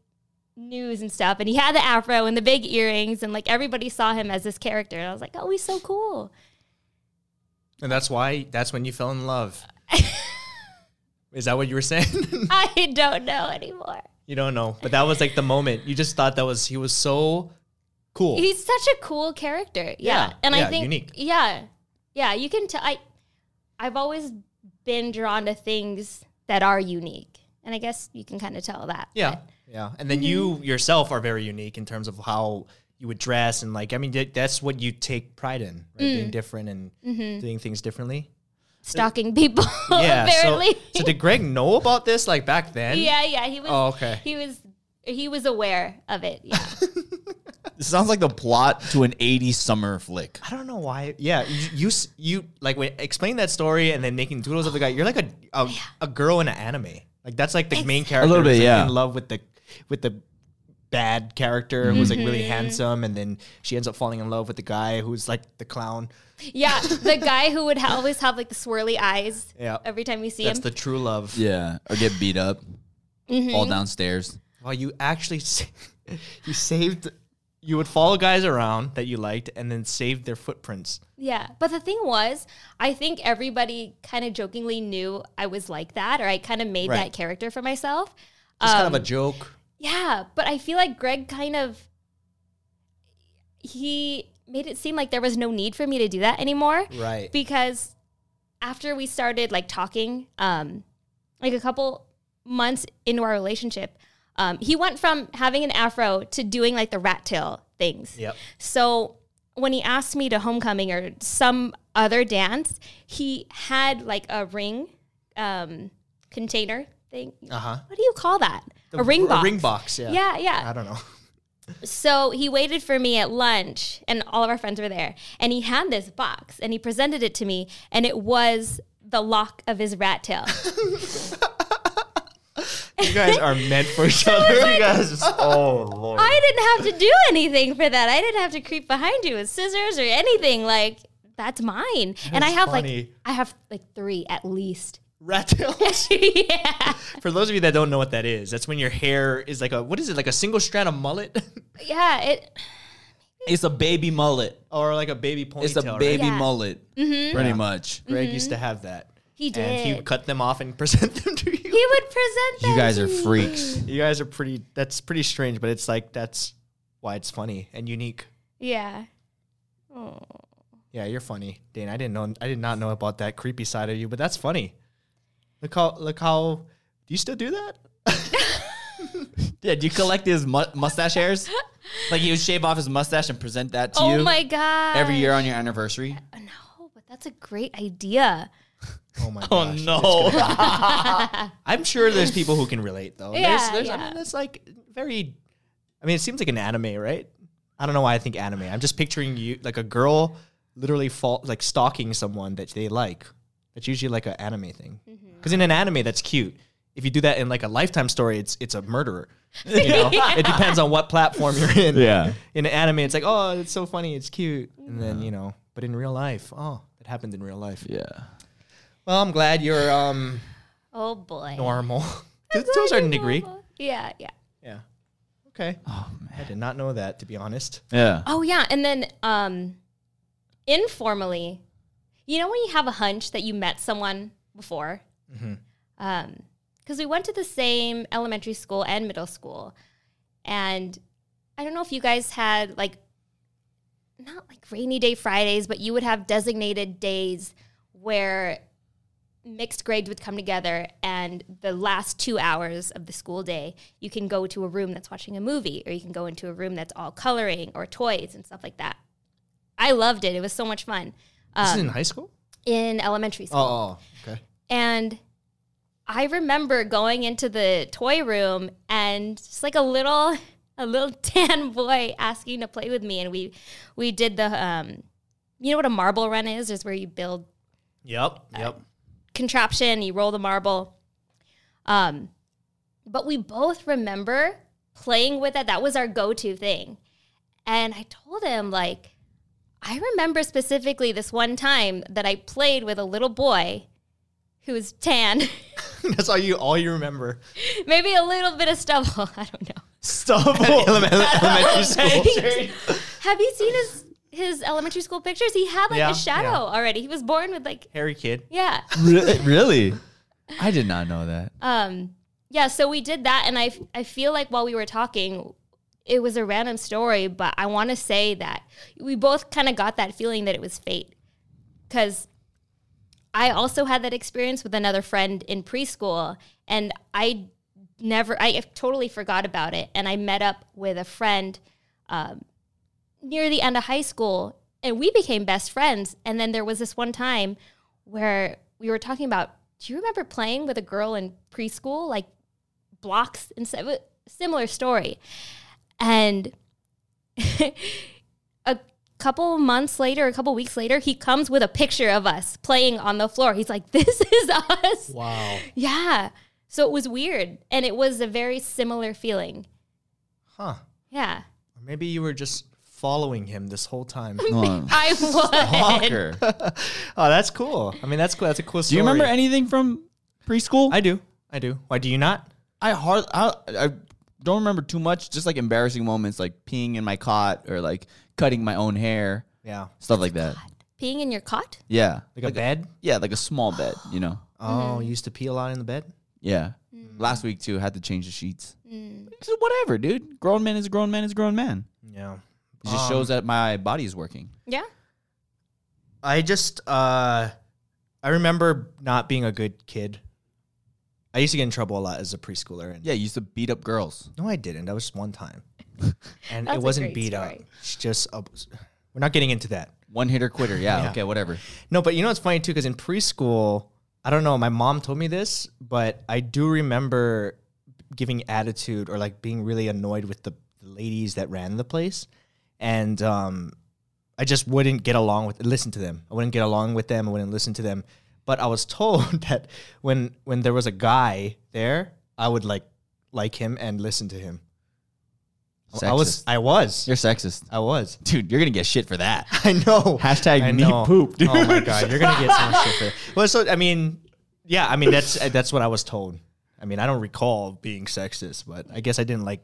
[SPEAKER 1] news and stuff. And he had the afro and the big earrings. And like everybody saw him as this character. And I was like, oh, he's so cool.
[SPEAKER 2] And that's why. That's when you fell in love. Is that what you were saying?
[SPEAKER 1] I don't know anymore.
[SPEAKER 2] you don't know, but that was like the moment you just thought that was he was so cool.
[SPEAKER 1] He's such a cool character. Yeah.
[SPEAKER 2] Yeah.
[SPEAKER 1] And
[SPEAKER 2] Yeah,
[SPEAKER 1] I think
[SPEAKER 2] unique.
[SPEAKER 1] Yeah. Yeah, you can tell I I've always been drawn to things that are unique. And I guess you can kind of tell that.
[SPEAKER 2] yeah, yeah. And then you
[SPEAKER 1] Mm-hmm.
[SPEAKER 2] yourself are very unique in terms of how you would dress and like. I mean, that- that's what you take pride in, right?
[SPEAKER 1] Mm.
[SPEAKER 2] Being different and
[SPEAKER 1] Mm-hmm.
[SPEAKER 2] doing things differently.
[SPEAKER 1] Stalking people
[SPEAKER 2] Yeah. so-
[SPEAKER 1] apparently.
[SPEAKER 2] So, did Greg know about this like back then?
[SPEAKER 1] yeah, yeah, he was
[SPEAKER 2] Oh, okay.
[SPEAKER 1] he was he was aware of it. Yeah.
[SPEAKER 3] It sounds like the plot to an 80s summer flick.
[SPEAKER 2] I don't know why. Yeah, you you, s- you like when explain that story and then making doodles of the guy. You're like a a, a girl in an anime. Like that's like the main character.
[SPEAKER 3] little
[SPEAKER 2] who's,
[SPEAKER 3] bit,
[SPEAKER 2] like,
[SPEAKER 3] yeah.
[SPEAKER 2] In love with the with the bad character who's like
[SPEAKER 1] Mm-hmm.
[SPEAKER 2] really handsome, and then she ends up falling in love with the guy who's like the clown.
[SPEAKER 1] yeah, the guy who would ha- always have like the swirly eyes
[SPEAKER 2] Yeah,
[SPEAKER 1] every time you see
[SPEAKER 2] that's
[SPEAKER 1] him.
[SPEAKER 2] the true love.
[SPEAKER 3] Yeah. Or get beat up.
[SPEAKER 1] Mm-hmm.
[SPEAKER 3] Fall downstairs.
[SPEAKER 2] Well, you actually sa- you saved. You would follow guys around that you liked, and then save their footprints.
[SPEAKER 1] Yeah, but the thing was, I think everybody kind of jokingly knew I was like that, or I kind of made
[SPEAKER 2] Right.
[SPEAKER 1] that character for myself.
[SPEAKER 2] It's
[SPEAKER 1] Um,
[SPEAKER 2] kind of a joke.
[SPEAKER 1] yeah, but I feel like Greg kind of he made it seem like there was no need for me to do that anymore
[SPEAKER 2] Right.
[SPEAKER 1] because after we started like talking, um, like a couple months into our relationship, um, he went from having an afro to doing like the rat tail things.
[SPEAKER 2] Yep.
[SPEAKER 1] So when he asked me to homecoming or some other dance, he had like a ring um, container thing.
[SPEAKER 2] Uh huh.
[SPEAKER 1] What do you call that? a ring box.
[SPEAKER 2] A ring box. Yeah. Uh,
[SPEAKER 1] Yeah, yeah.
[SPEAKER 2] I don't know.
[SPEAKER 1] So he waited for me at lunch, and all of our friends were there. And he had this box, and he presented it to me, and it was the lock of his rat tail.
[SPEAKER 2] You guys are meant for each other. you guys, oh lord.
[SPEAKER 1] I didn't have to do anything for that. I didn't have to creep behind you with scissors or anything. Like that's mine. and I
[SPEAKER 2] is
[SPEAKER 1] have like
[SPEAKER 2] funny.
[SPEAKER 1] I have like three at least.
[SPEAKER 2] Rat tails.
[SPEAKER 1] yeah,
[SPEAKER 2] For those of you that don't know what that is, that's when your hair is like a what is it like a single strand of mullet
[SPEAKER 1] yeah. It
[SPEAKER 3] It's a baby mullet.
[SPEAKER 2] or like a baby ponytail.
[SPEAKER 3] It's a baby
[SPEAKER 1] Yeah. Mm-hmm.
[SPEAKER 3] mullet. Pretty much.
[SPEAKER 2] Greg used to have that.
[SPEAKER 1] He did.
[SPEAKER 2] and
[SPEAKER 1] he,
[SPEAKER 2] he cut them off and present them to you.
[SPEAKER 1] would present them.
[SPEAKER 3] You guys
[SPEAKER 1] to
[SPEAKER 3] are
[SPEAKER 1] me.
[SPEAKER 3] freaks.
[SPEAKER 2] You guys are pretty. That's pretty strange, but it's like that's why it's funny and unique.
[SPEAKER 1] Yeah. Oh.
[SPEAKER 2] Yeah, you're funny, Dane. I didn't know. I did not know about that creepy side of you, but that's funny. Look how. Look how. Do you still do that?
[SPEAKER 3] Yeah, do you collect his mu- mustache hairs? Like you shave off his mustache and present that to
[SPEAKER 1] Oh
[SPEAKER 3] you
[SPEAKER 1] my god.
[SPEAKER 3] every year on your anniversary?
[SPEAKER 1] No, but that's a great idea.
[SPEAKER 2] Oh my.
[SPEAKER 3] Oh
[SPEAKER 2] gosh.
[SPEAKER 3] no.
[SPEAKER 2] I'm sure there's people who can relate though.
[SPEAKER 1] Yeah,
[SPEAKER 2] there's, there's, I
[SPEAKER 1] yeah.
[SPEAKER 2] mean, that's like very. I mean, it seems like an anime, right? I don't know why I think anime. I'm just picturing you like a girl literally fall like stalking someone that they like. That's usually like an anime thing.
[SPEAKER 1] Mm-hmm.
[SPEAKER 2] Because in an anime, that's cute. If you do that in like a lifetime story, it's it's a murderer. You know, it depends on what platform you're in.
[SPEAKER 3] Yeah. Mm-hmm.
[SPEAKER 2] In an anime, it's like, oh, it's so funny, it's cute, and then you know. But in real life, oh, it happened in real life.
[SPEAKER 3] yeah.
[SPEAKER 2] Well, I'm glad you're um
[SPEAKER 1] Oh boy.
[SPEAKER 2] normal to a certain degree.
[SPEAKER 1] Yeah, yeah.
[SPEAKER 2] Yeah. Okay.
[SPEAKER 3] Oh
[SPEAKER 2] I
[SPEAKER 3] man.
[SPEAKER 2] did not know that, to be honest.
[SPEAKER 3] Yeah.
[SPEAKER 1] Oh yeah, and then um informally, you know when you have a hunch that you met someone before? Because we went to the same elementary school and middle school, and I don't know if you guys had like not like rainy day Fridays, but you would have designated days where mixed grades would come together and the last two hours of the school day you can go to a room that's watching a movie or you can go into a room that's all coloring or toys and stuff like that i loved it it was so much fun
[SPEAKER 2] This is
[SPEAKER 1] um,
[SPEAKER 2] in high school?
[SPEAKER 1] in elementary school
[SPEAKER 2] Oh, oh, okay.
[SPEAKER 1] and I remember going into the toy room and just like a little a little tan boy asking to play with me and we we did the um you know what a marble run is is where you build
[SPEAKER 2] Yep. Yep.
[SPEAKER 1] contraption, you roll the marble. Um but we both remember playing with it. That was our go-to thing. And I told him like I remember specifically this one time that I played with a little boy who was tan.
[SPEAKER 2] That's all you all you remember.
[SPEAKER 1] Maybe a little bit of stubble. I don't know.
[SPEAKER 2] Stubble. elementary
[SPEAKER 1] Right? Have you seen his his elementary school pictures? He had like
[SPEAKER 2] Yeah,
[SPEAKER 1] a shadow
[SPEAKER 2] yeah.
[SPEAKER 1] already. He was born with like
[SPEAKER 2] Harry kid.
[SPEAKER 1] yeah.
[SPEAKER 3] really? I did not know that.
[SPEAKER 1] Um yeah, so we did that and I f- I feel like while we were talking it was a random story, but I want to say that we both kind of got that feeling that it was fate cuz I also had that experience with another friend in preschool and I never I totally forgot about it and I met up with a friend um, near the end of high school and we became best friends and then there was this one time where we were talking about do you remember playing with a girl in preschool like blocks and si- similar story and a couple months later a couple weeks later he comes with a picture of us playing on the floor he's like this is us
[SPEAKER 2] Wow.
[SPEAKER 1] yeah so it was weird and it was a very similar feeling
[SPEAKER 2] Huh.
[SPEAKER 1] yeah
[SPEAKER 2] Or maybe you were just following him this whole time.
[SPEAKER 3] Oh.
[SPEAKER 1] i would
[SPEAKER 3] Stalker.
[SPEAKER 2] oh, that's cool. I mean, that's cool. That's a cool story.
[SPEAKER 3] Do you remember anything from preschool?
[SPEAKER 2] I do. I do. Why do you not?
[SPEAKER 3] I hard I, I don't remember too much. Just like embarrassing moments, like peeing in my cot or like cutting my own hair,
[SPEAKER 2] Yeah.
[SPEAKER 3] stuff like that.
[SPEAKER 1] peeing in your cot
[SPEAKER 3] Yeah,
[SPEAKER 2] Like, a bed?
[SPEAKER 3] yeah, like a small bed, you know.
[SPEAKER 2] Oh, you used to pee a lot in the bed?
[SPEAKER 3] Yeah. Last week too, had to change the sheets. So whatever, dude. Grown man is a grown man is a grown man.
[SPEAKER 2] Yeah.
[SPEAKER 3] It just shows that my body is working.
[SPEAKER 1] yeah
[SPEAKER 2] I just uh I remember not being a good kid. I used to get in trouble a lot as a preschooler and
[SPEAKER 3] Yeah, you used to beat up girls.
[SPEAKER 2] No, I didn't. That was just one time. And
[SPEAKER 1] That's a
[SPEAKER 2] it wasn't
[SPEAKER 1] great
[SPEAKER 2] beat up.
[SPEAKER 1] story.
[SPEAKER 2] It's just a, we're not getting into that.
[SPEAKER 3] One hitter quitter. Yeah,
[SPEAKER 2] Yeah.
[SPEAKER 3] Okay. Whatever.
[SPEAKER 2] No, but you know what's funny too cuz in preschool, I don't know, my mom told me this, but I do remember giving attitude or like being really annoyed with the, the ladies that ran the place and um I just wouldn't get along with listen to them. I wouldn't get along with them. I wouldn't listen to them. But I was told that when when there was a guy there, I would like like him and listen to him. I was
[SPEAKER 3] Sexist.
[SPEAKER 2] I was
[SPEAKER 3] You're sexist,
[SPEAKER 2] I was.
[SPEAKER 3] dude. You're gonna get shit for that.
[SPEAKER 2] I know.
[SPEAKER 3] Hashtag
[SPEAKER 2] I
[SPEAKER 3] me poop, dude.
[SPEAKER 2] Oh my god, you're gonna get some shit for. Well, so I mean, yeah, I mean that's uh, that's what I was told. I mean, I don't recall being sexist, but I guess I didn't like.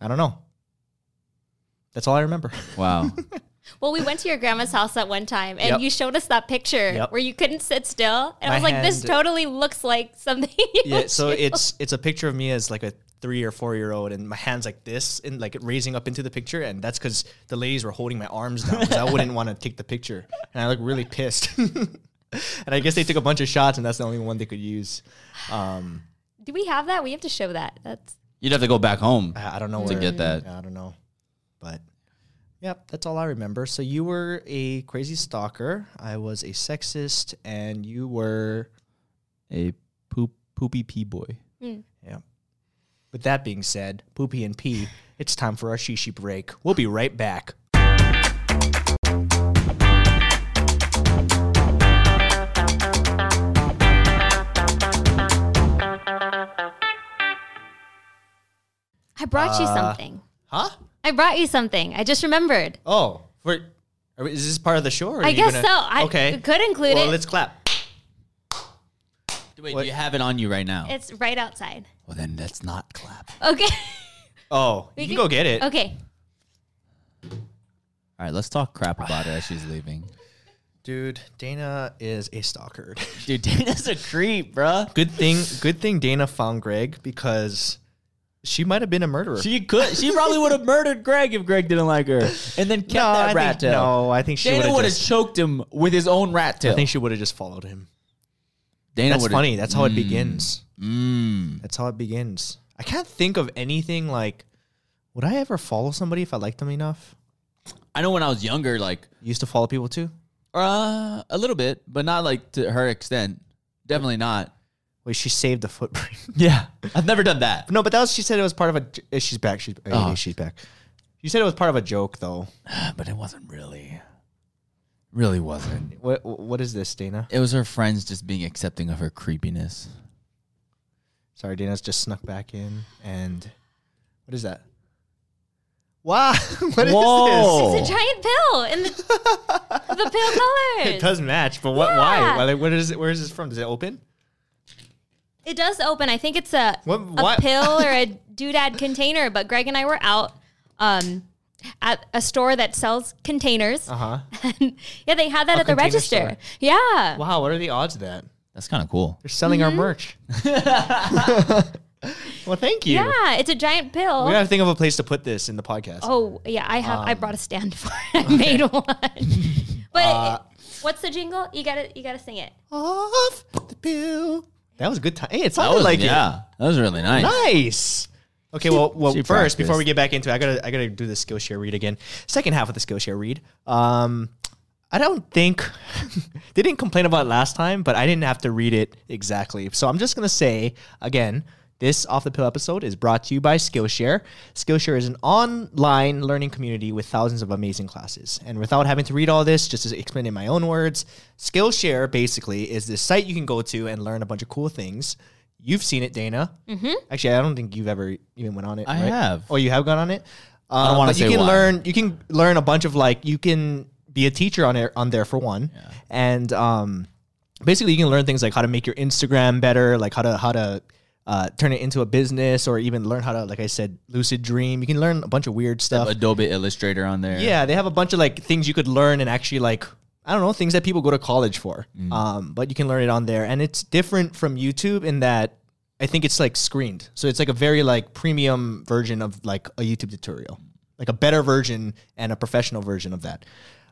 [SPEAKER 2] I don't know. That's all I remember.
[SPEAKER 3] Wow.
[SPEAKER 1] Well, we went to your grandma's house at one time, and
[SPEAKER 2] Yep.
[SPEAKER 1] you showed us that picture
[SPEAKER 2] Yep.
[SPEAKER 1] where you couldn't sit still, and I
[SPEAKER 2] My
[SPEAKER 1] was like, "This
[SPEAKER 2] hand-
[SPEAKER 1] totally looks like something."
[SPEAKER 2] Yeah, so it's it's a picture of me as like a three or four year old, and my hands like this, and like raising up into the picture, and that's because the ladies were holding my arms down because I wouldn't want to take the picture, and I look really pissed. and I guess they took a bunch of shots, and that's the only one they could use. Um,
[SPEAKER 1] do we have that? We have to show that. That's
[SPEAKER 3] You'd have to go back home
[SPEAKER 2] I, I don't know
[SPEAKER 3] to
[SPEAKER 2] where
[SPEAKER 3] get that.
[SPEAKER 2] I don't know, but yep, that's all I remember. So you were a crazy stalker. I was a sexist, and you were.
[SPEAKER 3] A poop poopy pee boy.
[SPEAKER 2] Yeah. With that being said, Poopy and Pee, it's time for our shishi break. We'll be right back.
[SPEAKER 1] I brought you
[SPEAKER 2] Uh,
[SPEAKER 1] something.
[SPEAKER 2] Huh?
[SPEAKER 1] I brought you something. I just remembered.
[SPEAKER 2] Oh, for, are we- is this part of the show? Or are
[SPEAKER 1] I
[SPEAKER 2] you
[SPEAKER 1] guess
[SPEAKER 2] gonna-
[SPEAKER 1] so. I
[SPEAKER 2] okay.
[SPEAKER 1] could include
[SPEAKER 2] well,
[SPEAKER 1] it.
[SPEAKER 2] let's clap.
[SPEAKER 3] Wait,
[SPEAKER 2] What?
[SPEAKER 3] do you have it on you right now?
[SPEAKER 1] It's right outside.
[SPEAKER 3] well, then let's not clap.
[SPEAKER 1] Okay.
[SPEAKER 2] Oh, you can go get it.
[SPEAKER 1] okay.
[SPEAKER 3] All right, let's talk crap about her as she's leaving.
[SPEAKER 2] Dude, Dana is a stalker.
[SPEAKER 3] Dude, Dana's a creep, bruh.
[SPEAKER 2] good thing good thing Dana found Greg because she might have been a murderer.
[SPEAKER 3] She could. She probably would have murdered Greg if Greg didn't like her, and then kept
[SPEAKER 2] no,
[SPEAKER 3] that
[SPEAKER 2] I think,
[SPEAKER 3] rat tail.
[SPEAKER 2] no, I think she would
[SPEAKER 3] Dana
[SPEAKER 2] have
[SPEAKER 3] would have
[SPEAKER 2] just,
[SPEAKER 3] choked him with his own rat tail.
[SPEAKER 2] I think she would have just followed him.
[SPEAKER 3] Dana
[SPEAKER 2] That's
[SPEAKER 3] would've-
[SPEAKER 2] funny. That's how it begins.
[SPEAKER 3] Mm.
[SPEAKER 2] That's how it begins. I can't think of anything like, would I ever follow somebody if I liked them enough?
[SPEAKER 3] I know when I was younger, like
[SPEAKER 2] You used to follow people too?
[SPEAKER 3] uh, a little bit, but not like to her extent. Definitely not.
[SPEAKER 2] Wait, she saved the footprint.
[SPEAKER 3] Yeah, I've never done that.
[SPEAKER 2] no, but that was, she said it was part of a, j- eh, she's back. She's, eh,
[SPEAKER 3] Oh.
[SPEAKER 2] she's back. You said it was part of a joke though.
[SPEAKER 3] But it wasn't really, really wasn't.
[SPEAKER 2] What, what is this, Dana?
[SPEAKER 3] It was her friends just being accepting of her creepiness.
[SPEAKER 2] Sorry, Dana's just snuck back in. And what is that? Wow. What is
[SPEAKER 3] Whoa.
[SPEAKER 1] It's a giant pill in the, the pill
[SPEAKER 2] this? Oh. It
[SPEAKER 1] colors.
[SPEAKER 2] does match, but what,
[SPEAKER 1] Yeah.
[SPEAKER 2] why? Why- What is it? Where is this from? Does it open?
[SPEAKER 1] It does open. I think it's a
[SPEAKER 2] What-
[SPEAKER 1] a
[SPEAKER 2] what?
[SPEAKER 1] pill or a doodad container. But Greg and I were out um, at a store that sells containers.
[SPEAKER 2] Uh-huh.
[SPEAKER 1] yeah, they had that
[SPEAKER 2] A
[SPEAKER 1] at the
[SPEAKER 2] container
[SPEAKER 1] register.
[SPEAKER 2] store.
[SPEAKER 1] Yeah.
[SPEAKER 2] Wow, what are the odds of that?
[SPEAKER 3] That's kind of cool.
[SPEAKER 2] They're selling
[SPEAKER 1] Mm-hmm.
[SPEAKER 2] our merch. well, thank you.
[SPEAKER 1] Yeah, it's a giant pill.
[SPEAKER 2] We Um, gotta think of a place to put this in the podcast.
[SPEAKER 1] Oh yeah, I have. I brought a stand for it. I made one. but
[SPEAKER 2] Uh,
[SPEAKER 1] what's the jingle? You gotta you gotta sing it. Oh.
[SPEAKER 2] Off the pill. That was a good time. Hey, it
[SPEAKER 3] That
[SPEAKER 2] sounded
[SPEAKER 3] was
[SPEAKER 2] like
[SPEAKER 3] like
[SPEAKER 2] it.
[SPEAKER 3] yeah, that was really nice.
[SPEAKER 2] Nice. Okay, well, well
[SPEAKER 3] She
[SPEAKER 2] first, before
[SPEAKER 3] practiced.
[SPEAKER 2] we get back into it, I gotta I gotta do the Skillshare read again. Second half of the Skillshare read. Um I don't think they didn't complain about it last time, but I didn't have to read it exactly. So I'm just gonna say again, this off the pill episode is brought to you by Skillshare. Skillshare is an online learning community with thousands of amazing classes. And without having to read all this, just to explain in my own words, Skillshare basically is this site you can go to and learn a bunch of cool things. You've seen it, Dana. Mm-hmm. Actually, I don't think you've ever even went on it.
[SPEAKER 3] I
[SPEAKER 2] right?
[SPEAKER 3] have. Uh,
[SPEAKER 2] Oh, you have gone on it. Um,
[SPEAKER 3] don't wanna
[SPEAKER 2] but you
[SPEAKER 3] say
[SPEAKER 2] can
[SPEAKER 3] why.
[SPEAKER 2] learn. You can learn a bunch of like you can be a teacher on it on there for one, and um, basically you can learn things like how to make your Instagram better, like how to how to uh, turn it into a business, or even learn how to like I said lucid dream. You can learn a bunch of weird stuff.
[SPEAKER 3] Adobe Illustrator on there.
[SPEAKER 2] Yeah, they have a bunch of like things you could learn and actually like I don't know things that people go to college for. Um, but you can learn it on there, and it's different from YouTube in that I think it's like screened, so it's like a very like premium version of like a YouTube tutorial, like a better version and a professional version of that.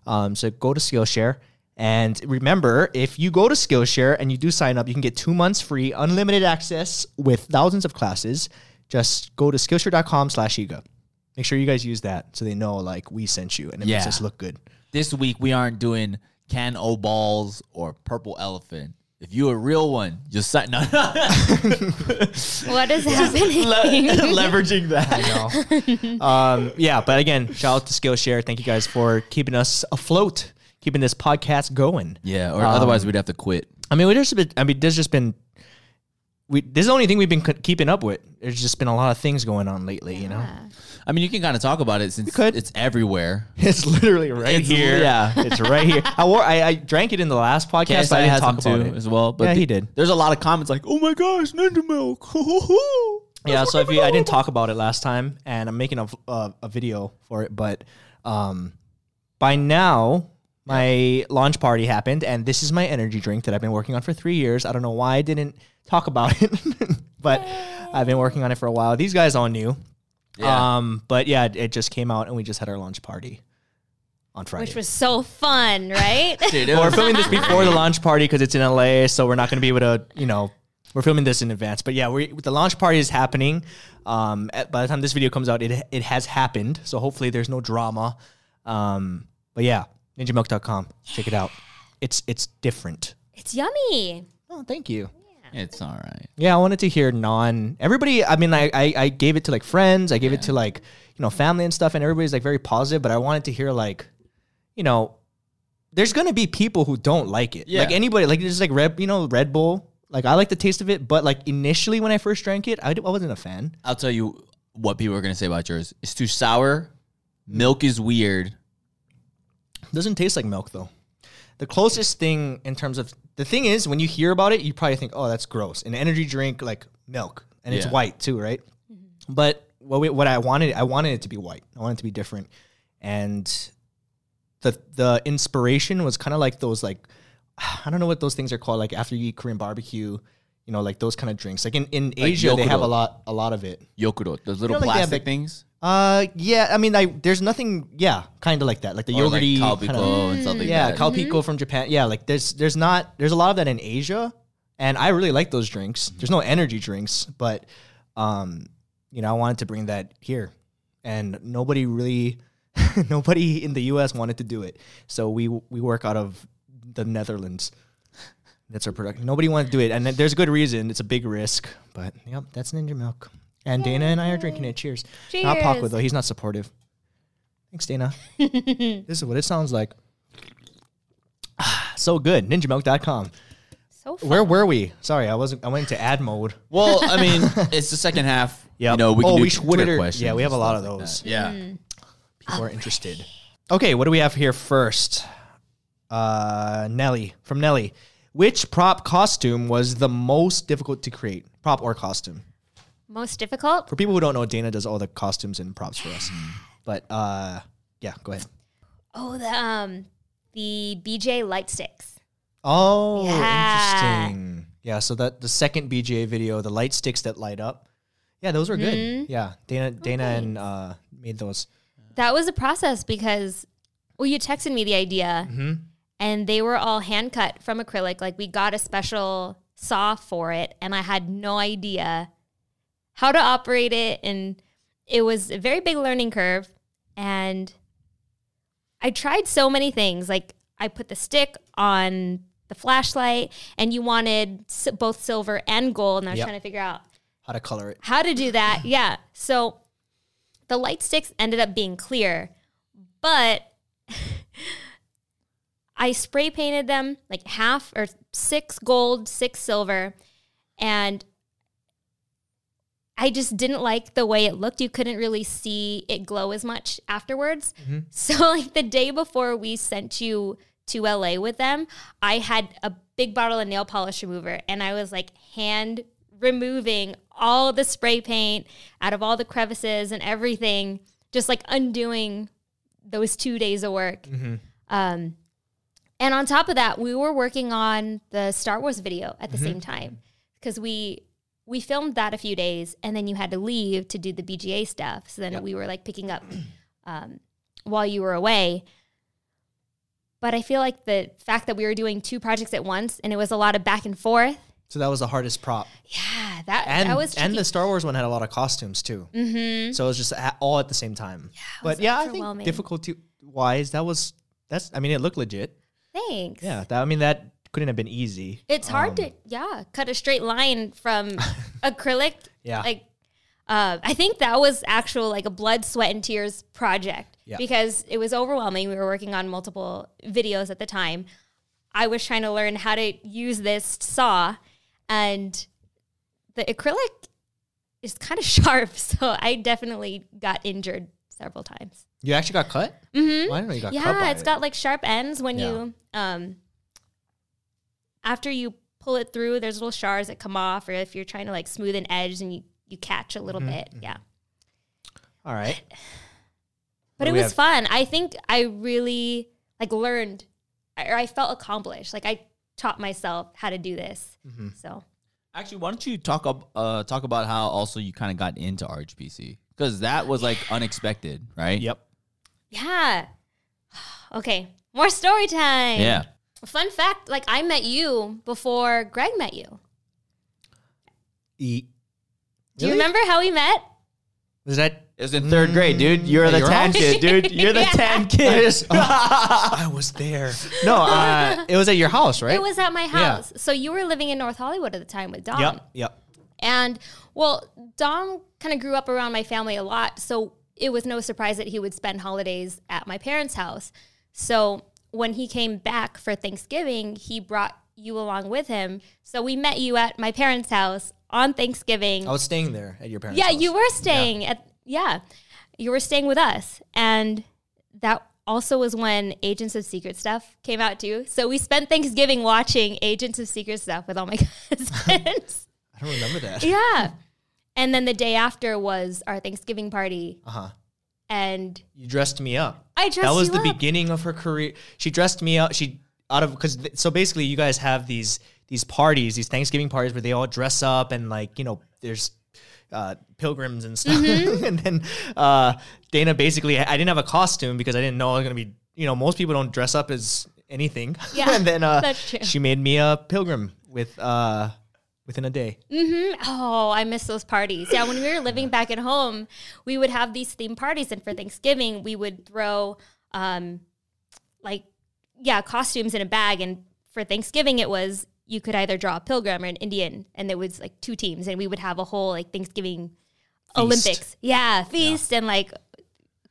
[SPEAKER 2] Um, so go to Skillshare. And remember, if you go to Skillshare and you do sign up, you can get two months free, unlimited access with thousands of classes. Just go to Skillshare.com slash ego. Make sure you guys use that so they know like we sent you and it makes
[SPEAKER 3] Yeah.
[SPEAKER 2] us look good.
[SPEAKER 3] This week we aren't doing can o balls or purple elephant. If you a real one, you'll sign. No,
[SPEAKER 1] What is happening?
[SPEAKER 3] leveraging that.
[SPEAKER 2] um, yeah, but again, shout out to Skillshare. Thank you guys for keeping us afloat, keeping this podcast going.
[SPEAKER 3] Yeah, or otherwise we'd have to quit.
[SPEAKER 2] I mean, we just been, I mean, there's just been we this is the only thing we've been c- keeping up with. There's just been a lot of things going on lately, you know.
[SPEAKER 3] I mean, you can kind of talk about it since
[SPEAKER 2] could.
[SPEAKER 3] it's everywhere.
[SPEAKER 2] It's literally right
[SPEAKER 3] It's-
[SPEAKER 2] here.
[SPEAKER 3] yeah.
[SPEAKER 2] it's right here. I wore I, I drank it in the last podcast.
[SPEAKER 3] Yes,
[SPEAKER 2] but I
[SPEAKER 3] I
[SPEAKER 2] didn't
[SPEAKER 3] had
[SPEAKER 2] talk
[SPEAKER 3] some
[SPEAKER 2] about
[SPEAKER 3] too
[SPEAKER 2] it.
[SPEAKER 3] as well. But
[SPEAKER 2] Yeah,
[SPEAKER 3] the-
[SPEAKER 2] he did.
[SPEAKER 3] There's a lot of comments like, "Oh my gosh, Ninja Milk."
[SPEAKER 2] Yeah, so if you, I didn't talk about it last time, and I'm making a v- uh, a video for it, but um, By now, my launch party happened, and this is my energy drink that I've been working on for three years. I don't know why I didn't talk about it, but I've been working on it for a while. These guys all knew.
[SPEAKER 3] Yeah.
[SPEAKER 2] Um, but yeah, it, it just came out, and we just had our launch party on Friday.
[SPEAKER 1] which was so fun, right?
[SPEAKER 3] Dude, it
[SPEAKER 2] Well, we're
[SPEAKER 3] was-
[SPEAKER 2] filming this before the launch party because it's in LA, so we're not going to be able to, you know, we're filming this in advance. But yeah, we the launch party is happening. Um, at, by the time this video comes out, it it has happened. So hopefully there's no drama. Um, but yeah, ninjamilk.com. Check it out. It's it's different.
[SPEAKER 1] it's yummy.
[SPEAKER 2] Oh, thank you.
[SPEAKER 3] It's all right.
[SPEAKER 2] Yeah, I wanted to hear non everybody. I mean, I, I I gave it to like friends. I gave it to like you know family and stuff, and everybody's like very positive. But I wanted to hear like, you know, there's gonna be people who don't like it.
[SPEAKER 3] Yeah.
[SPEAKER 2] Like anybody, like just like Red, you know, Red Bull. Like I like the taste of it, but like initially when I first drank it, I, d- I wasn't a fan.
[SPEAKER 3] I'll tell you what people are gonna say about yours. It's too sour. Milk is weird.
[SPEAKER 2] doesn't taste like milk though. The closest thing in terms of the thing is when you hear about it, you probably think, "Oh, that's gross." An energy drink like milk, and it's
[SPEAKER 3] Yeah.
[SPEAKER 2] white too, right? But what we, what I wanted, I wanted it to be white. I wanted it to be different, and the the inspiration was kind of like those like I don't know what those things are called. Like after you eat Korean barbecue, you know, like those kind of drinks. Like in in Asia, they have a
[SPEAKER 3] Yokuro.
[SPEAKER 2] lot a lot of it.
[SPEAKER 3] Yokuro, those little
[SPEAKER 2] You know, like they have
[SPEAKER 3] plastic
[SPEAKER 2] the-
[SPEAKER 3] things.
[SPEAKER 2] Uh, yeah. I mean, I there's nothing. Yeah, kind of like that, like the
[SPEAKER 3] Or like
[SPEAKER 2] yogurty
[SPEAKER 3] Kalpico
[SPEAKER 2] kinda-
[SPEAKER 3] and stuff like
[SPEAKER 2] yeah,
[SPEAKER 3] that.
[SPEAKER 2] Calpico from Japan. Yeah, like there's there's not there's a lot of that in Asia, and I really like those drinks. There's no energy drinks, but um, you know, I wanted to bring that here, and nobody really, nobody in the U.S. wanted to do it. So we we work out of the Netherlands. That's our production. Nobody wanted to do it, and there's a good reason. It's a big risk, but yep, that's Ninja Milk. And Dana and I are drinking it. Cheers. Not Paco
[SPEAKER 1] Cheers.
[SPEAKER 2] though. He's not supportive. Thanks, Dana. this is what it sounds like. Ah, so good. Ninjamilk.com.
[SPEAKER 1] So fun.
[SPEAKER 2] Where were we? Sorry, I wasn't. I went into ad mode.
[SPEAKER 3] Well, I mean, it's the second half.
[SPEAKER 2] Yep.
[SPEAKER 3] You know, we can
[SPEAKER 2] Oh,
[SPEAKER 3] do
[SPEAKER 2] we should-
[SPEAKER 3] Twitter,
[SPEAKER 2] Twitter-
[SPEAKER 3] questions.
[SPEAKER 2] yeah, we have
[SPEAKER 3] and
[SPEAKER 2] a lot
[SPEAKER 3] stuff
[SPEAKER 2] of
[SPEAKER 3] like
[SPEAKER 2] those.
[SPEAKER 3] that. yeah.
[SPEAKER 1] Hmm.
[SPEAKER 2] People are interested. Okay, what do we have here first? Uh, Nelly from Nelly. Which prop costume was the most difficult to create? Prop or costume?
[SPEAKER 1] Most difficult?
[SPEAKER 2] For people who don't know, Dana does all the costumes and props for us. But uh, yeah, go ahead.
[SPEAKER 1] Oh, the um the BJ light sticks.
[SPEAKER 2] Oh,
[SPEAKER 1] Yeah.
[SPEAKER 2] interesting. Yeah, so that the second BGA video, the light sticks that light up. Yeah, those were good.
[SPEAKER 1] Hmm.
[SPEAKER 2] Yeah, Dana,
[SPEAKER 1] Oh,
[SPEAKER 2] Dana, and uh, made those.
[SPEAKER 1] That was a process because well, you texted me the idea and they were all hand cut from acrylic. Like we got a special saw for it and I had no idea how to operate it and it was a very big learning curve and I tried so many things. Like I put the stick on the flashlight and you wanted s- both silver and gold and I was
[SPEAKER 2] Yep.
[SPEAKER 1] trying to figure out
[SPEAKER 2] How to color it?
[SPEAKER 1] how to do that. Yeah. So the light sticks ended up being clear, but I spray painted them like half or six gold, six silver, and I just didn't like the way it looked. You couldn't really see it glow as much afterwards. So like the day before we sent you to LA with them, I had a big bottle of nail polish remover and I was like hand removing all the spray paint out of all the crevices and everything, just like undoing those two days of work. Um, and on top of that, we were working on the Star Wars video at the same time because we we filmed that a few days, and then you had to leave to do the BGA stuff. So then we were like picking up um, while you were away. But I feel like the fact that we were doing two projects at once and it was a lot of back and forth.
[SPEAKER 2] So that was the hardest prop,
[SPEAKER 1] Yeah, that
[SPEAKER 2] and
[SPEAKER 1] that was
[SPEAKER 2] and the
[SPEAKER 1] tricky.
[SPEAKER 2] Star Wars one had a lot of costumes too.
[SPEAKER 1] Mhm.
[SPEAKER 2] So it was just a- all at the same time. Yeah, but
[SPEAKER 1] was
[SPEAKER 2] yeah, I think
[SPEAKER 1] overwhelming.
[SPEAKER 2] difficulty wise, that was that's. I mean, it looked legit.
[SPEAKER 1] Thanks.
[SPEAKER 2] Yeah, that, I mean that couldn't have been easy. Um,
[SPEAKER 1] It's hard to yeah cut a straight line from acrylic.
[SPEAKER 2] Yeah.
[SPEAKER 1] like uh, I think that was actual like a blood, sweat, and tears project
[SPEAKER 2] Yeah.
[SPEAKER 1] because it was overwhelming. We were working on multiple videos at the time. I was trying to learn how to use this saw, and the acrylic is kind of sharp, so I definitely got injured several times.
[SPEAKER 2] You actually got cut. Mm-hmm. I didn't know you got cut.
[SPEAKER 1] Yeah,
[SPEAKER 2] by
[SPEAKER 1] it's
[SPEAKER 2] it.
[SPEAKER 1] got like sharp ends when
[SPEAKER 2] Yeah.
[SPEAKER 1] you um after you pull it through, there's little shards that come off, or if you're trying to like smooth
[SPEAKER 2] Mm-hmm.
[SPEAKER 1] an edge and you, you catch a little bit. Yeah.
[SPEAKER 2] All right.
[SPEAKER 1] But
[SPEAKER 2] What do
[SPEAKER 1] it
[SPEAKER 2] we
[SPEAKER 1] was
[SPEAKER 2] have?
[SPEAKER 1] fun. I think I really like learned or I felt accomplished. Like I taught myself how to do this.
[SPEAKER 2] Mm-hmm.
[SPEAKER 1] So
[SPEAKER 3] Actually, why don't you talk ab- uh, talk about how also you kind of got into RHPC because that was like unexpected, right?
[SPEAKER 2] Yep.
[SPEAKER 1] yeah. Okay. More story time.
[SPEAKER 3] Yeah.
[SPEAKER 1] Fun fact, like I met you before Greg met you.
[SPEAKER 2] E-
[SPEAKER 1] Do you
[SPEAKER 2] Really?
[SPEAKER 1] remember how we met?
[SPEAKER 2] Was that?
[SPEAKER 3] It was in third grade, dude. You're
[SPEAKER 2] Yeah,
[SPEAKER 3] the
[SPEAKER 2] you're
[SPEAKER 3] tan
[SPEAKER 2] right.
[SPEAKER 3] kid, dude. You're the
[SPEAKER 1] Yeah.
[SPEAKER 3] tan
[SPEAKER 2] I,
[SPEAKER 3] kid.
[SPEAKER 2] just, oh, I was there. No, uh, it was at your house, right?
[SPEAKER 1] It was at my
[SPEAKER 2] Yeah.
[SPEAKER 1] house. So you were living in North Hollywood at the time with Dom.
[SPEAKER 2] Yep. Yep.
[SPEAKER 1] And well, Dom kind of grew up around my family a lot, so it was no surprise that he would spend holidays at my parents' house. So when he came back for Thanksgiving, he brought you along with him. So we met you at my parents' house on Thanksgiving.
[SPEAKER 2] I was staying there at your parents'
[SPEAKER 1] yeah,
[SPEAKER 2] house.
[SPEAKER 1] you were staying at yeah. You were staying with us. And that also was when Agents of Secret Stuff came out too. So we spent Thanksgiving watching Agents of Secret Stuff with all my cousins.
[SPEAKER 2] I don't remember that.
[SPEAKER 1] Yeah. And then the day after was our Thanksgiving party,
[SPEAKER 2] Uh huh.
[SPEAKER 1] and
[SPEAKER 2] You dressed me up.
[SPEAKER 1] I dressed
[SPEAKER 2] that was
[SPEAKER 1] you
[SPEAKER 2] the
[SPEAKER 1] up.
[SPEAKER 2] beginning of her career. She dressed me up. She out of because th- so basically you guys have these these parties, these Thanksgiving parties where they all dress up and like you know there's uh, pilgrims and stuff.
[SPEAKER 1] Mm-hmm.
[SPEAKER 2] and then uh, Dana basically I didn't have a costume because I didn't know I was gonna be you know most people don't dress up as anything.
[SPEAKER 1] Yeah,
[SPEAKER 2] and then uh,
[SPEAKER 1] that's true.
[SPEAKER 2] she made me a pilgrim with uh, within a day.
[SPEAKER 1] Oh, I miss those parties. Yeah, when we were living back at home, we would have these theme parties, and for Thanksgiving, we would throw, um, like, yeah, costumes in a bag. And for Thanksgiving, it was you could either draw a pilgrim or an Indian, and there was like two teams, and we would have a whole like Thanksgiving Olympics, yeah, feast and like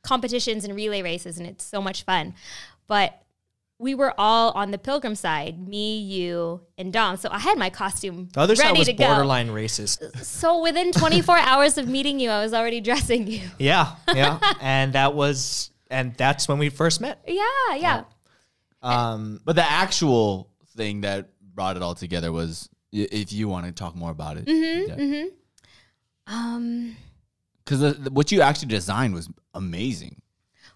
[SPEAKER 1] competitions and relay races, and it's so much fun. But we were all on the pilgrim side, me, you, and Dom. So I had my costume
[SPEAKER 2] The other
[SPEAKER 1] ready
[SPEAKER 2] side was
[SPEAKER 1] to go.
[SPEAKER 2] borderline racist.
[SPEAKER 1] So within 24 hours of meeting you, I was already dressing you.
[SPEAKER 2] Yeah, yeah, and that was and that's when we first met.
[SPEAKER 1] Yeah, yeah.
[SPEAKER 2] Um,
[SPEAKER 3] But the actual thing that brought it all together was i- if you want to talk more about it.
[SPEAKER 1] Mm-hmm, Um,
[SPEAKER 3] Because what you actually designed was amazing.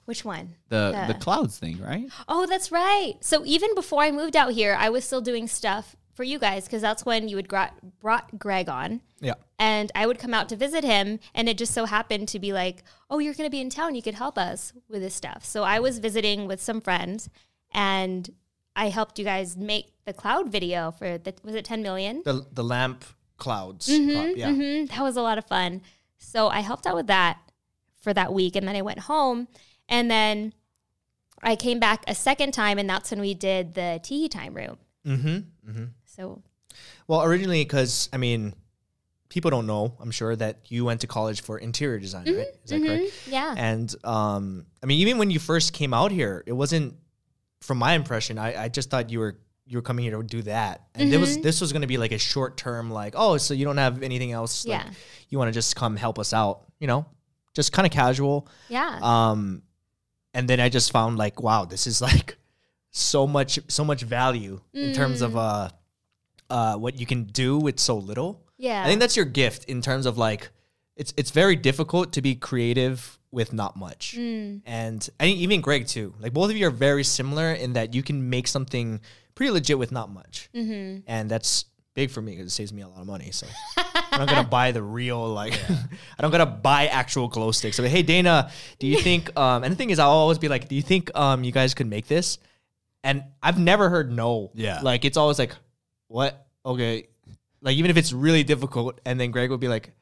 [SPEAKER 1] which one?
[SPEAKER 3] The the
[SPEAKER 1] Yeah.
[SPEAKER 3] clouds thing, right?
[SPEAKER 1] Oh, that's right. So even before I moved out here, I was still doing stuff for you guys because that's when you had gra- brought Greg on.
[SPEAKER 2] yeah.
[SPEAKER 1] And I would come out to visit him, and it just so happened to be like, "Oh, you're going to be in town. You could help us with this stuff." So I was visiting with some friends, and I helped you guys make the cloud video for the was it 10 million?
[SPEAKER 2] the the lamp clouds. prop, yeah.
[SPEAKER 1] Mhm. That was a lot of fun. So I helped out with that for that week. And then I went home. And then I came back a second time. And that's when we did the tea time room.
[SPEAKER 2] Mm-hmm.
[SPEAKER 1] So,
[SPEAKER 2] Well, originally, because I mean, people don't know. I'm sure that you went to college for interior design, right? Is that correct?
[SPEAKER 1] Mm-hmm, yeah.
[SPEAKER 2] And um, I mean, even when you first came out here, it wasn't. From my impression, I, I just thought you were you were coming here to do that, and it
[SPEAKER 1] Mm-hmm.
[SPEAKER 2] was this was going to be like a short term, like oh, so you don't have anything else, like,
[SPEAKER 1] Yeah.
[SPEAKER 2] You want to just come help us out, you know, just kind of casual.
[SPEAKER 1] Yeah.
[SPEAKER 2] um and then i just found like wow this is like so much so much value in terms of uh uh what you can do with so little
[SPEAKER 1] yeah.
[SPEAKER 2] i think that's your gift in terms of like it's it's very difficult to be creative with not much
[SPEAKER 1] Mm. Mm-hmm.
[SPEAKER 2] and i think even greg too like both of you are very similar in that you can make something pretty legit with not much
[SPEAKER 1] Mm.
[SPEAKER 2] mm-hmm. and that's big for me because it saves me a lot of money so I'm not gonna buy the real like. I don't gotta buy actual glow sticks. So hey Dana, do you think? Um, and the thing is, I'll always be like, do you think um you guys could make this? And I've never heard no.
[SPEAKER 3] Yeah.
[SPEAKER 2] Like it's always like, what? Okay. Like even if it's really difficult, and then Greg would be like,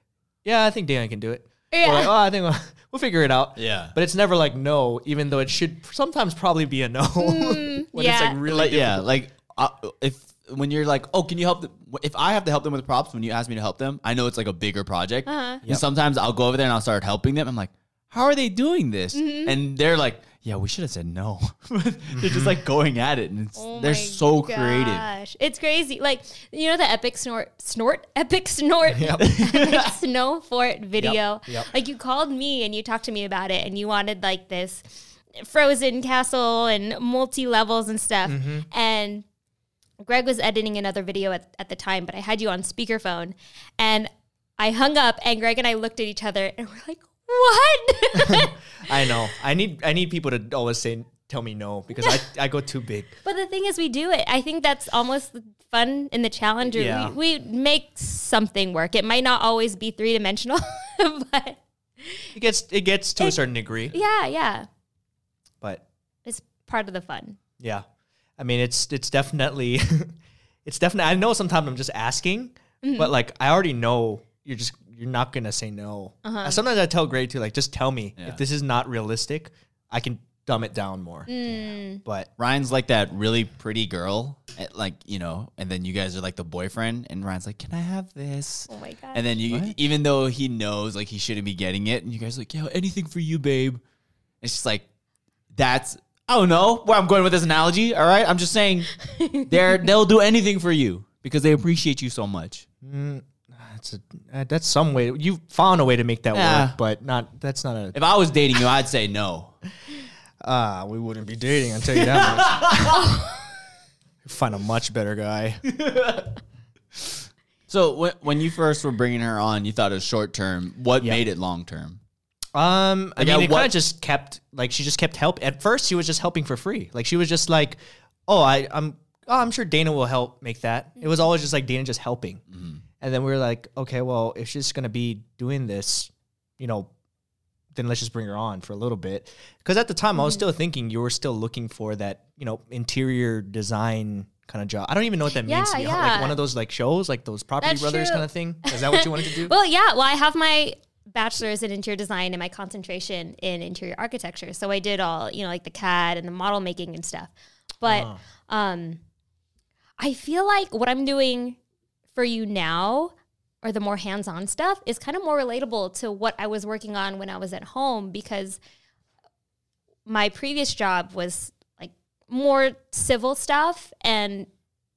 [SPEAKER 2] yeah, I think Dana can do it. Or
[SPEAKER 1] Yeah.
[SPEAKER 2] like, oh, I think we'll, we'll figure it out.
[SPEAKER 3] Yeah.
[SPEAKER 2] But it's never like no, even though it should sometimes probably be a no. when it's
[SPEAKER 1] yeah.
[SPEAKER 2] like really
[SPEAKER 3] Like, yeah, like uh, if when you're like, oh, can you help? Them? If I have to help them with props, when you ask me to help them, I know it's like a bigger project.
[SPEAKER 1] Uh-huh.
[SPEAKER 3] And sometimes I'll go over there and I'll start helping them. I'm like, how are they doing this?
[SPEAKER 1] Mm-hmm.
[SPEAKER 3] And they're like, yeah, we should have said no. they're just like going at it, and it's,
[SPEAKER 1] Oh
[SPEAKER 3] they're
[SPEAKER 1] my
[SPEAKER 3] so creative.
[SPEAKER 1] gosh. It's crazy. Like, you know, the epic snort, snort, epic snort, epic snow fort video.
[SPEAKER 2] yep.
[SPEAKER 1] Like, you called me and you talked to me about it, and you wanted like this frozen castle and multi levels and stuff.
[SPEAKER 3] Mm-hmm.
[SPEAKER 1] And Greg was editing another video at, at the time, but I had you on speakerphone and I hung up, and Greg and I looked at each other and we're like, What?
[SPEAKER 2] I know. I need I need people to always say tell me no because I, I go too big.
[SPEAKER 1] but the thing is, we do it. I think that's almost the fun in the challenge. or
[SPEAKER 2] Yeah.
[SPEAKER 1] We, we make something work. It might not always be three dimensional, but
[SPEAKER 2] It gets it gets to a
[SPEAKER 1] It-
[SPEAKER 2] certain degree,
[SPEAKER 1] yeah, yeah.
[SPEAKER 2] but
[SPEAKER 1] It's part of the fun.
[SPEAKER 2] yeah. I mean, it's it's definitely it's definitely I know sometimes I'm just asking, but like I already know you're just you're not going to say no. And Sometimes I tell Gray too like just tell me
[SPEAKER 3] Yeah.
[SPEAKER 2] if this is not realistic, I can dumb it down more. But
[SPEAKER 3] Ryan's like that really pretty girl, at like you know, and then you guys are like the boyfriend, and Ryan's like, "Can I have this?"
[SPEAKER 1] Oh my God.
[SPEAKER 3] And then you,
[SPEAKER 2] What?
[SPEAKER 3] even though he knows like he shouldn't be getting it, and you guys are like, "Yo, anything for you, babe." It's just like that's I don't know where I'm going with this analogy. All right, I'm just saying they're they'll do anything for you because they appreciate you so much.
[SPEAKER 2] That's a, uh, that's some way you found a way to make that
[SPEAKER 3] Yeah.
[SPEAKER 2] work, but not that's not a
[SPEAKER 3] If I was dating you, I'd say no.
[SPEAKER 2] ah. we wouldn't be dating. I'll tell you that much. Find a much better guy.
[SPEAKER 3] So when when you first were bringing her on, you thought it was short term. What made it long term?
[SPEAKER 2] Um, I mean,
[SPEAKER 3] Like, at
[SPEAKER 2] it kind
[SPEAKER 3] what-
[SPEAKER 2] of just kept like she just kept help. At first, she was just helping for free. Like she was just like, oh, I, I'm, oh, I'm sure Dana will help make that. It was always just like Dana just helping.
[SPEAKER 3] Mm-hmm.
[SPEAKER 2] And then we were like, okay, well, if she's gonna be doing this, you know, then let's just bring her on for a little bit. Because at the time,
[SPEAKER 1] Mm-hmm.
[SPEAKER 2] I was still thinking you were still looking for that, you know, interior design kind of job. I don't even know what that means.
[SPEAKER 1] Yeah,
[SPEAKER 2] To be hon-
[SPEAKER 1] yeah.
[SPEAKER 2] Like one of those like shows, like those Property
[SPEAKER 1] That's
[SPEAKER 2] Brothers
[SPEAKER 1] true.
[SPEAKER 2] kind of thing. Is that what you wanted to do?
[SPEAKER 1] Well, yeah. Well, I have my bachelor's in interior design and my concentration in interior architecture. So I did all, you know, like the CAD and the model making and stuff. But um I feel like what I'm doing for you now or the more hands-on stuff is kind of more relatable to what I was working on when I was at home because my previous job was like more civil stuff and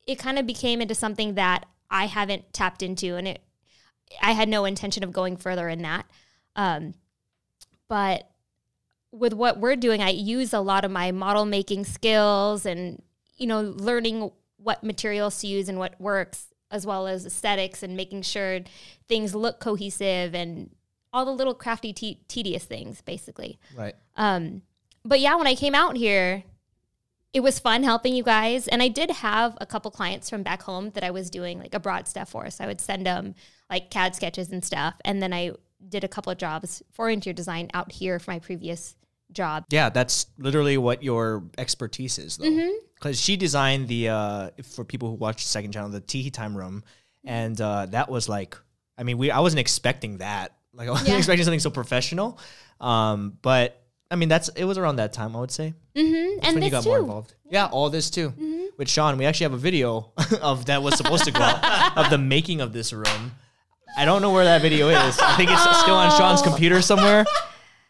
[SPEAKER 1] it kind of became into something that I haven't tapped into and it I had no intention of going further in that. Um, but with what we're doing, I use a lot of my model making skills and, you know, learning what materials to use and what works, as well as aesthetics and making sure things look cohesive and all the little crafty, te- tedious things, basically.
[SPEAKER 2] right.
[SPEAKER 1] Um, but yeah, when I came out here, it was fun helping you guys. And I did have a couple clients from back home that I was doing like abroad stuff for. So I would send them like CAD sketches and stuff. And then I did a couple of jobs for interior design out here for my previous job.
[SPEAKER 2] Yeah, that's literally what your expertise is, though. Because she designed the uh, for people who watch Second Channel, the Tee Time Room, and uh, that was like, I mean, we I wasn't expecting that. Like, I wasn't
[SPEAKER 1] Yeah.
[SPEAKER 2] expecting something so professional. Um, but I mean, that's it was around that time, I would say.
[SPEAKER 1] Mm-hmm. And
[SPEAKER 2] when you
[SPEAKER 1] this
[SPEAKER 2] got
[SPEAKER 1] too.
[SPEAKER 2] more involved. Mm-hmm. Yeah, all this too. With Sean, we actually have a video of that was supposed to go out of the making of this room. I don't know where that video is. I think it's still on Sean's computer somewhere,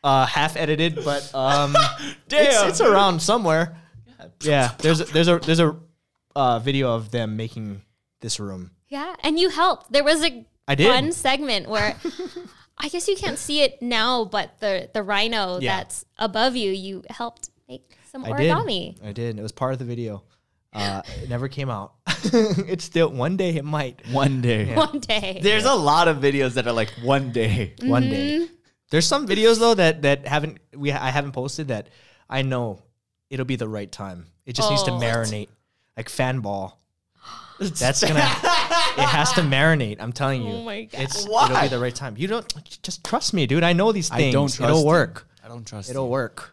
[SPEAKER 2] uh, half edited, but um, it's, it's around somewhere. Yeah, there's a, there's a there's a uh, video of them making this room.
[SPEAKER 1] Yeah. And you helped. There was a
[SPEAKER 2] I did.
[SPEAKER 1] one segment where I guess you can't see it now, but the, the rhino
[SPEAKER 2] Yeah.
[SPEAKER 1] that's above you, you helped make some
[SPEAKER 2] I did.
[SPEAKER 1] origami.
[SPEAKER 2] I did. It was part of the video. Uh, it never came out. it's still one day it might.
[SPEAKER 3] One day.
[SPEAKER 1] One day.
[SPEAKER 3] There's a lot of videos that are like one day.
[SPEAKER 2] one day.
[SPEAKER 1] Mm-hmm.
[SPEAKER 2] There's some videos though that that haven't we I haven't posted that I know it'll be the right time. It just needs to
[SPEAKER 1] Oh.
[SPEAKER 2] marinate like fanball. That's gonna. it has to marinate. I'm telling you.
[SPEAKER 1] Oh my God.
[SPEAKER 2] It's, It'll
[SPEAKER 3] Why?
[SPEAKER 2] be the right time. You don't just trust me, dude. I know these
[SPEAKER 3] I
[SPEAKER 2] things.
[SPEAKER 3] don't trust
[SPEAKER 2] it'll
[SPEAKER 3] you.
[SPEAKER 2] work.
[SPEAKER 3] I don't trust
[SPEAKER 2] It'll work.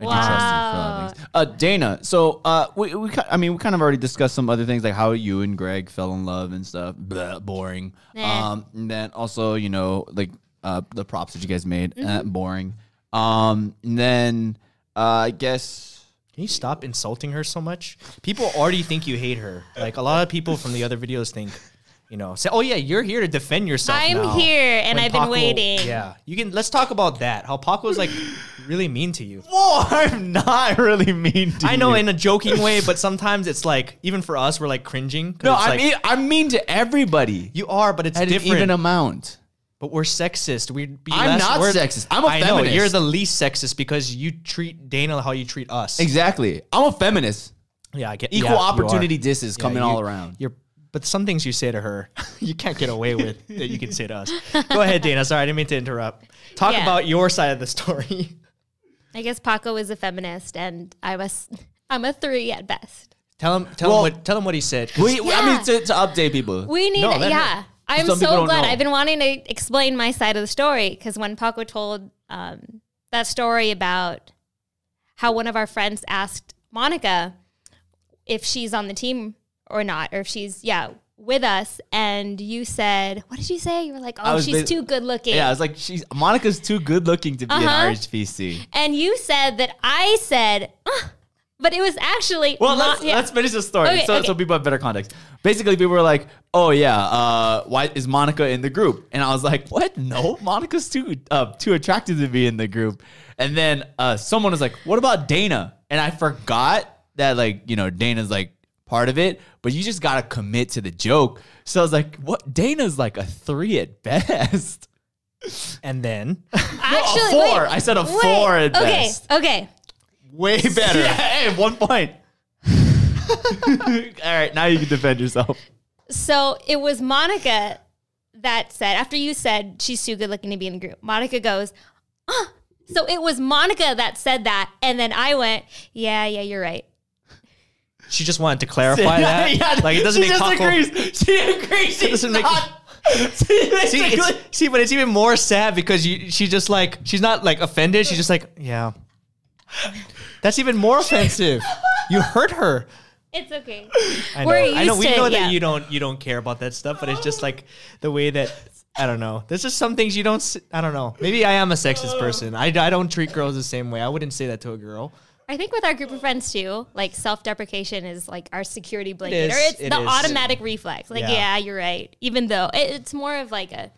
[SPEAKER 3] I do trust you for a lot of things. Uh, Dana, so uh, we, we ki- I mean we kind of already discussed some other things like how you and Greg fell in love and stuff. Blah, boring.
[SPEAKER 1] Nah.
[SPEAKER 3] Um, and then also you know like uh, the props that you guys made, uh, boring. Um, and then uh, I guess
[SPEAKER 2] Can you stop insulting her so much? People already think you hate her. Like a lot of people from the other videos think, you know, say, "Oh yeah, you're here to defend yourself."
[SPEAKER 1] I'm
[SPEAKER 2] now."
[SPEAKER 1] here and
[SPEAKER 2] when
[SPEAKER 1] I've been
[SPEAKER 2] Paco-
[SPEAKER 1] waiting.
[SPEAKER 2] Yeah, you can. Let's talk about that. How Paco's like really mean to you.
[SPEAKER 3] oh, I'm not really mean. to
[SPEAKER 2] I know
[SPEAKER 3] you.
[SPEAKER 2] in a joking way, but sometimes it's like even for us, we're like cringing. 'cause
[SPEAKER 3] no,
[SPEAKER 2] it's
[SPEAKER 3] I
[SPEAKER 2] like,
[SPEAKER 3] mean I'm mean to everybody.
[SPEAKER 2] you are, but it's
[SPEAKER 3] at
[SPEAKER 2] different.
[SPEAKER 3] an even amount.
[SPEAKER 2] but we're sexist. We'd be.
[SPEAKER 3] I'm
[SPEAKER 2] less-
[SPEAKER 3] not
[SPEAKER 2] we're-
[SPEAKER 3] sexist. I'm a
[SPEAKER 2] I know
[SPEAKER 3] feminist.
[SPEAKER 2] you're the least sexist because you treat Dana how you treat us.
[SPEAKER 3] Exactly. I'm a feminist.
[SPEAKER 2] Yeah, I get yeah,
[SPEAKER 3] Equal
[SPEAKER 2] you are.
[SPEAKER 3] opportunity disses
[SPEAKER 2] Yeah,
[SPEAKER 3] coming
[SPEAKER 2] you-
[SPEAKER 3] all around.
[SPEAKER 2] You're But some things you say to her, you can't get away with that you can say to us. Go ahead, Dana. Sorry, I didn't mean to interrupt. Talk
[SPEAKER 1] Yeah.
[SPEAKER 2] about your side of the story.
[SPEAKER 1] I guess Paco is a feminist, and I was I'm a three at best.
[SPEAKER 2] tell him. Tell
[SPEAKER 3] Well-
[SPEAKER 2] him what. Tell him what he said. 'cause-
[SPEAKER 3] We, we- I mean,
[SPEAKER 1] Yeah.
[SPEAKER 3] to, to update people.
[SPEAKER 1] We need,
[SPEAKER 2] No, that-
[SPEAKER 1] yeah. I'm
[SPEAKER 3] some
[SPEAKER 1] so
[SPEAKER 3] people don't
[SPEAKER 1] glad.
[SPEAKER 3] know.
[SPEAKER 1] I've been wanting to explain my side of the story because when Paco told um, that story about how one of our friends asked Monica if she's on the team or not, or if she's, yeah, with us, and you said, what did you say? You were like,
[SPEAKER 3] I
[SPEAKER 1] oh,
[SPEAKER 3] was
[SPEAKER 1] she's
[SPEAKER 3] bas-
[SPEAKER 1] too good looking.
[SPEAKER 3] yeah, I was like, she's Monica's too good looking to be
[SPEAKER 1] Uh-huh.
[SPEAKER 3] an RHVC.
[SPEAKER 1] And you said that I said, "Ugh," but it was actually.
[SPEAKER 3] Well,
[SPEAKER 1] not-
[SPEAKER 3] let's,
[SPEAKER 1] yeah.
[SPEAKER 3] let's finish the story
[SPEAKER 1] Okay,
[SPEAKER 3] so,
[SPEAKER 1] okay.
[SPEAKER 3] so people have better context. Basically, people were like, "Oh yeah, uh, why is Monica in the group?" And I was like, "What? No, Monica's too uh, too attractive to be in the group." And then uh, someone was like, "What about Dana?" And I forgot that like you know Dana's like part of it, but you just gotta commit to the joke. So I was like, "What? Dana's like a three at best."
[SPEAKER 2] and then,
[SPEAKER 1] actually
[SPEAKER 3] a four.
[SPEAKER 1] wait,
[SPEAKER 3] I said a
[SPEAKER 1] wait.
[SPEAKER 3] four at
[SPEAKER 1] okay,
[SPEAKER 3] best.
[SPEAKER 1] Okay.
[SPEAKER 2] way better.
[SPEAKER 3] Yeah, hey, one point. All right, now you can defend yourself.
[SPEAKER 1] So it was Monica that said, after you said she's too good looking to be in the group, Monica goes, "Ah." So it was Monica that said that. And then I went, yeah, yeah, you're right.
[SPEAKER 2] She just wanted to clarify that.
[SPEAKER 3] Yeah,
[SPEAKER 2] Like it doesn't
[SPEAKER 3] she
[SPEAKER 2] make
[SPEAKER 3] just
[SPEAKER 2] Paco-
[SPEAKER 3] agrees. She agrees. She
[SPEAKER 2] doesn't
[SPEAKER 3] doesn't
[SPEAKER 2] make-
[SPEAKER 3] make. She
[SPEAKER 2] See,
[SPEAKER 3] basically-
[SPEAKER 2] it's, see, but it's even more sad because you, she's just like she's not like offended. She's just like, yeah. That's even more offensive. You hurt her.
[SPEAKER 1] It's okay.
[SPEAKER 2] I know.
[SPEAKER 1] We're
[SPEAKER 2] I know.
[SPEAKER 1] used
[SPEAKER 2] We
[SPEAKER 1] to
[SPEAKER 2] know
[SPEAKER 1] it,
[SPEAKER 2] that
[SPEAKER 1] yeah.
[SPEAKER 2] you don't you don't care about that stuff, but it's just like the way that I don't know. There's just some things you don't. s- I don't know. Maybe I am a sexist
[SPEAKER 1] Uh.
[SPEAKER 2] person. I, I don't treat girls the same way. I wouldn't say that to a girl.
[SPEAKER 1] I think with our group of friends too, like self deprecation is like our security blanket
[SPEAKER 2] is,
[SPEAKER 1] or it's
[SPEAKER 2] it
[SPEAKER 1] the
[SPEAKER 2] is.
[SPEAKER 1] automatic reflex. Like,
[SPEAKER 2] Yeah.
[SPEAKER 1] yeah. you're right. Even though it, it's more of like a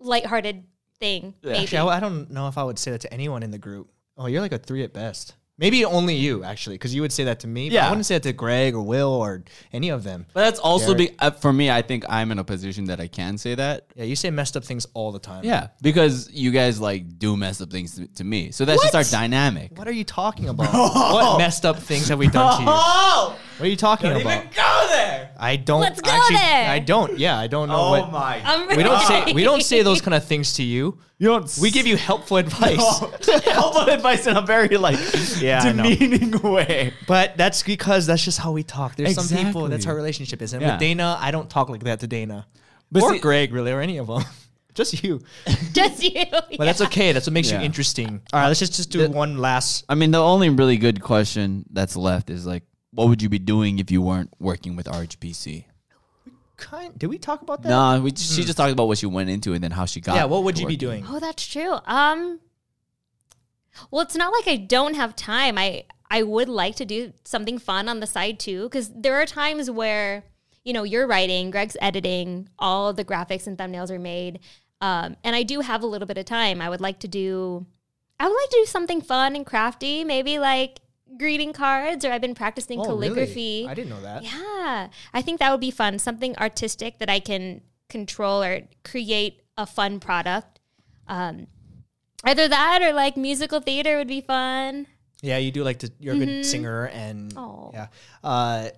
[SPEAKER 1] lighthearted thing. Maybe.
[SPEAKER 2] Actually, I, I don't know if I would say that to anyone in the group. Oh, you're like a three at best. Maybe only you actually, because you would say that to me. but I
[SPEAKER 3] Yeah.
[SPEAKER 2] wouldn't say it to Greg or Will or any of them.
[SPEAKER 3] But that's also
[SPEAKER 2] Derek.
[SPEAKER 3] be, uh, for me. I think I'm in a position that I can say that.
[SPEAKER 2] Yeah, you say messed up things all the time.
[SPEAKER 3] Yeah, because you guys like do mess up things to, to me. So that's
[SPEAKER 1] What?
[SPEAKER 3] just our dynamic.
[SPEAKER 2] What are you talking about? What messed up things have we done to you? What
[SPEAKER 3] Oh,
[SPEAKER 2] are you talking about?
[SPEAKER 3] go there.
[SPEAKER 2] I don't.
[SPEAKER 1] Let's go
[SPEAKER 2] actually,
[SPEAKER 1] there. Oh
[SPEAKER 2] I don't. Yeah, I don't know
[SPEAKER 3] Oh,
[SPEAKER 2] what.
[SPEAKER 3] my!
[SPEAKER 1] I'm
[SPEAKER 2] We don't
[SPEAKER 1] right.
[SPEAKER 2] say we don't say those kind of things to you.
[SPEAKER 3] you don't.
[SPEAKER 2] We give you helpful advice.
[SPEAKER 3] Oh. helpful advice in a very like
[SPEAKER 2] Yeah, I know.
[SPEAKER 3] demeaning way.
[SPEAKER 2] But that's because that's just how we talk. There's some people that's
[SPEAKER 3] Exactly.
[SPEAKER 2] how our relationship is. And
[SPEAKER 3] Yeah.
[SPEAKER 2] with Dana, I don't talk like that to Dana.
[SPEAKER 3] But
[SPEAKER 2] or
[SPEAKER 3] see-
[SPEAKER 2] Greg, really, or any of them. just you.
[SPEAKER 1] Just you.
[SPEAKER 2] But that's okay. That's what makes
[SPEAKER 3] Yeah.
[SPEAKER 2] you interesting. All right, let's just, just do one last
[SPEAKER 3] I mean, the only really good question that's left is like, what would you be doing if you weren't working with RHPC?
[SPEAKER 2] kind did we talk about that?
[SPEAKER 3] No, we just, she just talked about what she went into and then how she got.
[SPEAKER 2] Hmm. Yeah, what would
[SPEAKER 3] to
[SPEAKER 2] you be
[SPEAKER 3] working.
[SPEAKER 2] doing?
[SPEAKER 1] Oh, that's true. Um Well, it's not like I don't have time. I I would like to do something fun on the side too cuz there are times where, you know, you're writing, Greg's editing, all the graphics and thumbnails are made. Um and I do have a little bit of time. I would like to do I would like to do something fun and crafty, maybe like greeting cards or I've been practicing
[SPEAKER 2] Oh, really?
[SPEAKER 1] calligraphy.
[SPEAKER 2] I didn't know that.
[SPEAKER 1] Yeah, I think that would be fun. Something artistic that I can control or create a fun product. Um, either that or like musical theater would be fun.
[SPEAKER 2] Yeah, you do like to. You're a good singer and
[SPEAKER 1] Mm-hmm. Aw.
[SPEAKER 2] yeah. Uh,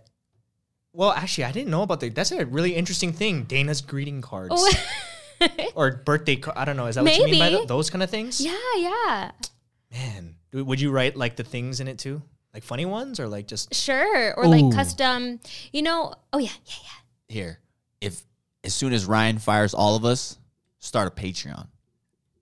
[SPEAKER 2] well, actually, I didn't know about that. That's a really interesting thing. Dana's greeting cards
[SPEAKER 1] Oh,
[SPEAKER 2] or birthday. Car- I don't know. Is that what you mean by
[SPEAKER 1] Maybe.
[SPEAKER 2] tho- those kind of things?
[SPEAKER 1] yeah, yeah,
[SPEAKER 2] Man, do- would you write like the things in it too, like funny ones or like just?
[SPEAKER 1] sure. Or
[SPEAKER 2] Ooh.
[SPEAKER 1] like custom, you know? Oh yeah, yeah, yeah.
[SPEAKER 3] Here, if as soon as Ryan fires all of us, start a Patreon,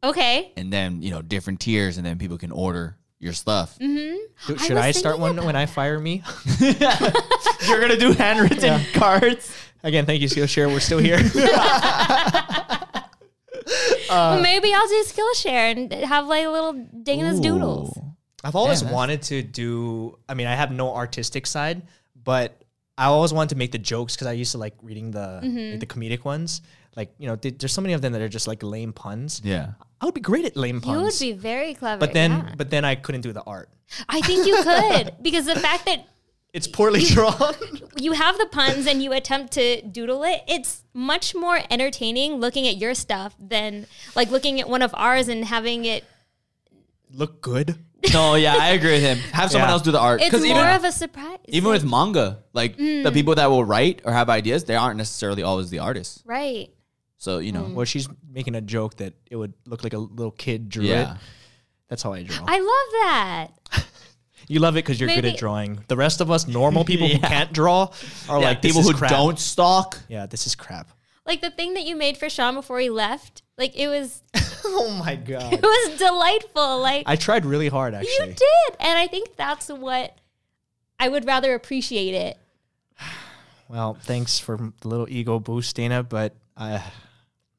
[SPEAKER 1] Okay.
[SPEAKER 3] and then you know different tiers, and then people can order your stuff.
[SPEAKER 1] Mm-hmm.
[SPEAKER 2] Do-
[SPEAKER 1] I
[SPEAKER 2] should
[SPEAKER 1] was
[SPEAKER 2] I, start
[SPEAKER 1] thinking
[SPEAKER 2] one when I fire me?
[SPEAKER 3] You're gonna do handwritten cards.
[SPEAKER 2] Again, thank you, Skillshare. We're still here. Uh,
[SPEAKER 1] Maybe I'll do Skillshare and have like little Dana's doodles.
[SPEAKER 3] Ooh.
[SPEAKER 2] I've always
[SPEAKER 3] Damn, that's-
[SPEAKER 2] wanted to do. I mean, I have no artistic side, but I always wanted to make the jokes because I used to like reading the
[SPEAKER 1] Mm-hmm.
[SPEAKER 2] like, the comedic ones. Like you know, th- there's so many of them that are just like lame puns.
[SPEAKER 3] Yeah.
[SPEAKER 2] I would be great at lame
[SPEAKER 1] You would
[SPEAKER 2] puns.
[SPEAKER 1] be very clever.
[SPEAKER 2] but then,
[SPEAKER 1] yeah.
[SPEAKER 2] but then I couldn't do the art.
[SPEAKER 1] I think you could because the fact that
[SPEAKER 2] It's poorly drawn.
[SPEAKER 1] you have the puns and you attempt to doodle it, it's much more entertaining looking at your stuff than like looking at one of ours and having it
[SPEAKER 2] Look good.
[SPEAKER 3] No, yeah, I agree with him. Have someone
[SPEAKER 2] Yeah.
[SPEAKER 3] else do the art.
[SPEAKER 1] It's more
[SPEAKER 3] Because even,
[SPEAKER 1] of a Mm. surprise.
[SPEAKER 3] even with manga, like the people that will write or have ideas, they aren't necessarily always the artists.
[SPEAKER 1] right.
[SPEAKER 3] So, you know,
[SPEAKER 1] Mm.
[SPEAKER 2] Well, she's making a joke that it would look like a little kid drew
[SPEAKER 3] yeah.
[SPEAKER 2] it. That's how I draw.
[SPEAKER 1] I love that.
[SPEAKER 2] you love it because you're good
[SPEAKER 1] Maybe-
[SPEAKER 2] at drawing. The rest of us, normal people who can't draw, are
[SPEAKER 3] Yeah,
[SPEAKER 2] like
[SPEAKER 3] people who
[SPEAKER 2] don't.
[SPEAKER 3] don't stalk.
[SPEAKER 2] Yeah, this is crap.
[SPEAKER 1] Like the thing that you made for Sean before he left. Like it was
[SPEAKER 2] oh my
[SPEAKER 1] it
[SPEAKER 2] god!
[SPEAKER 1] was delightful. Like
[SPEAKER 2] I tried really hard
[SPEAKER 1] you
[SPEAKER 2] actually.
[SPEAKER 1] did. And I think that's what I would rather appreciate it.
[SPEAKER 2] Well, thanks for the little ego boost, Dana. But uh,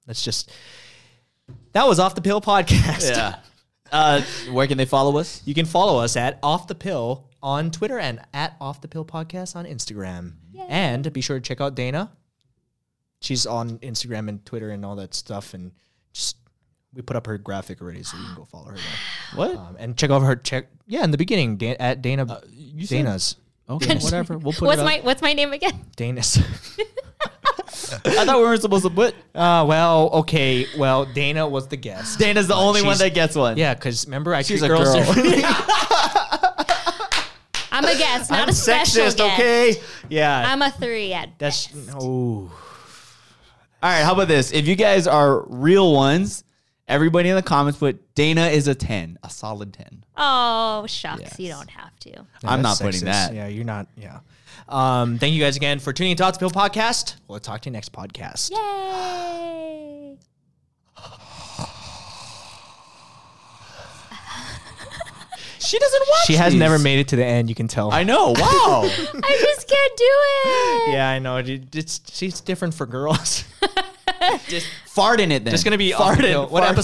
[SPEAKER 2] let's just. That was off the pill podcast.
[SPEAKER 3] Yeah. Uh, where can they follow us?
[SPEAKER 2] You can follow us at Off the Pill on Twitter and at Off the Pill Podcast on Instagram. And be sure to check out Dana. She's on Instagram and Twitter and all that stuff. And just we put up her graphic already, so you can go follow her. There.
[SPEAKER 3] What?
[SPEAKER 2] Um, and check out her check. Yeah, in the beginning, Dan, at Dana
[SPEAKER 3] Uh, said-
[SPEAKER 2] Dana's
[SPEAKER 3] Okay, whatever. We'll put
[SPEAKER 1] What's
[SPEAKER 3] it up.
[SPEAKER 1] my what's my name again?
[SPEAKER 2] Dana's.
[SPEAKER 3] I thought we weren't supposed to put.
[SPEAKER 2] uh, well, okay. Well, Dana was the guest.
[SPEAKER 3] Dana's the only one
[SPEAKER 2] Uh, she's-
[SPEAKER 3] that gets one.
[SPEAKER 2] Yeah, because remember I
[SPEAKER 3] She's
[SPEAKER 2] treat
[SPEAKER 3] a
[SPEAKER 2] girls
[SPEAKER 3] girl.
[SPEAKER 2] different-
[SPEAKER 1] I'm a guest, not
[SPEAKER 2] I'm
[SPEAKER 1] a special
[SPEAKER 2] sexist,
[SPEAKER 1] guest.
[SPEAKER 2] okay? Yeah,
[SPEAKER 1] I'm a three at
[SPEAKER 2] that's oh.
[SPEAKER 3] All right, how about this? If you guys are real ones, everybody in the comments put Dana is a 10, a solid 10.
[SPEAKER 1] Oh, shucks, you
[SPEAKER 3] Yes.
[SPEAKER 1] don't have to.
[SPEAKER 2] Yeah,
[SPEAKER 3] I'm not
[SPEAKER 2] that's
[SPEAKER 3] putting
[SPEAKER 2] sexist.
[SPEAKER 3] that.
[SPEAKER 2] Yeah, you're not. Yeah. Um, thank you guys again for tuning into Hot Pill Podcast. We'll talk to you next podcast.
[SPEAKER 1] Yay!
[SPEAKER 3] She doesn't watch
[SPEAKER 2] She has
[SPEAKER 3] these.
[SPEAKER 2] never made it to the end. You can tell.
[SPEAKER 3] I know. Wow.
[SPEAKER 1] I just can't do it.
[SPEAKER 2] yeah, I know. dude. It's she's different for girls.
[SPEAKER 3] Just fart in it then.
[SPEAKER 2] It's gonna be
[SPEAKER 3] fart in
[SPEAKER 2] What
[SPEAKER 3] fart in.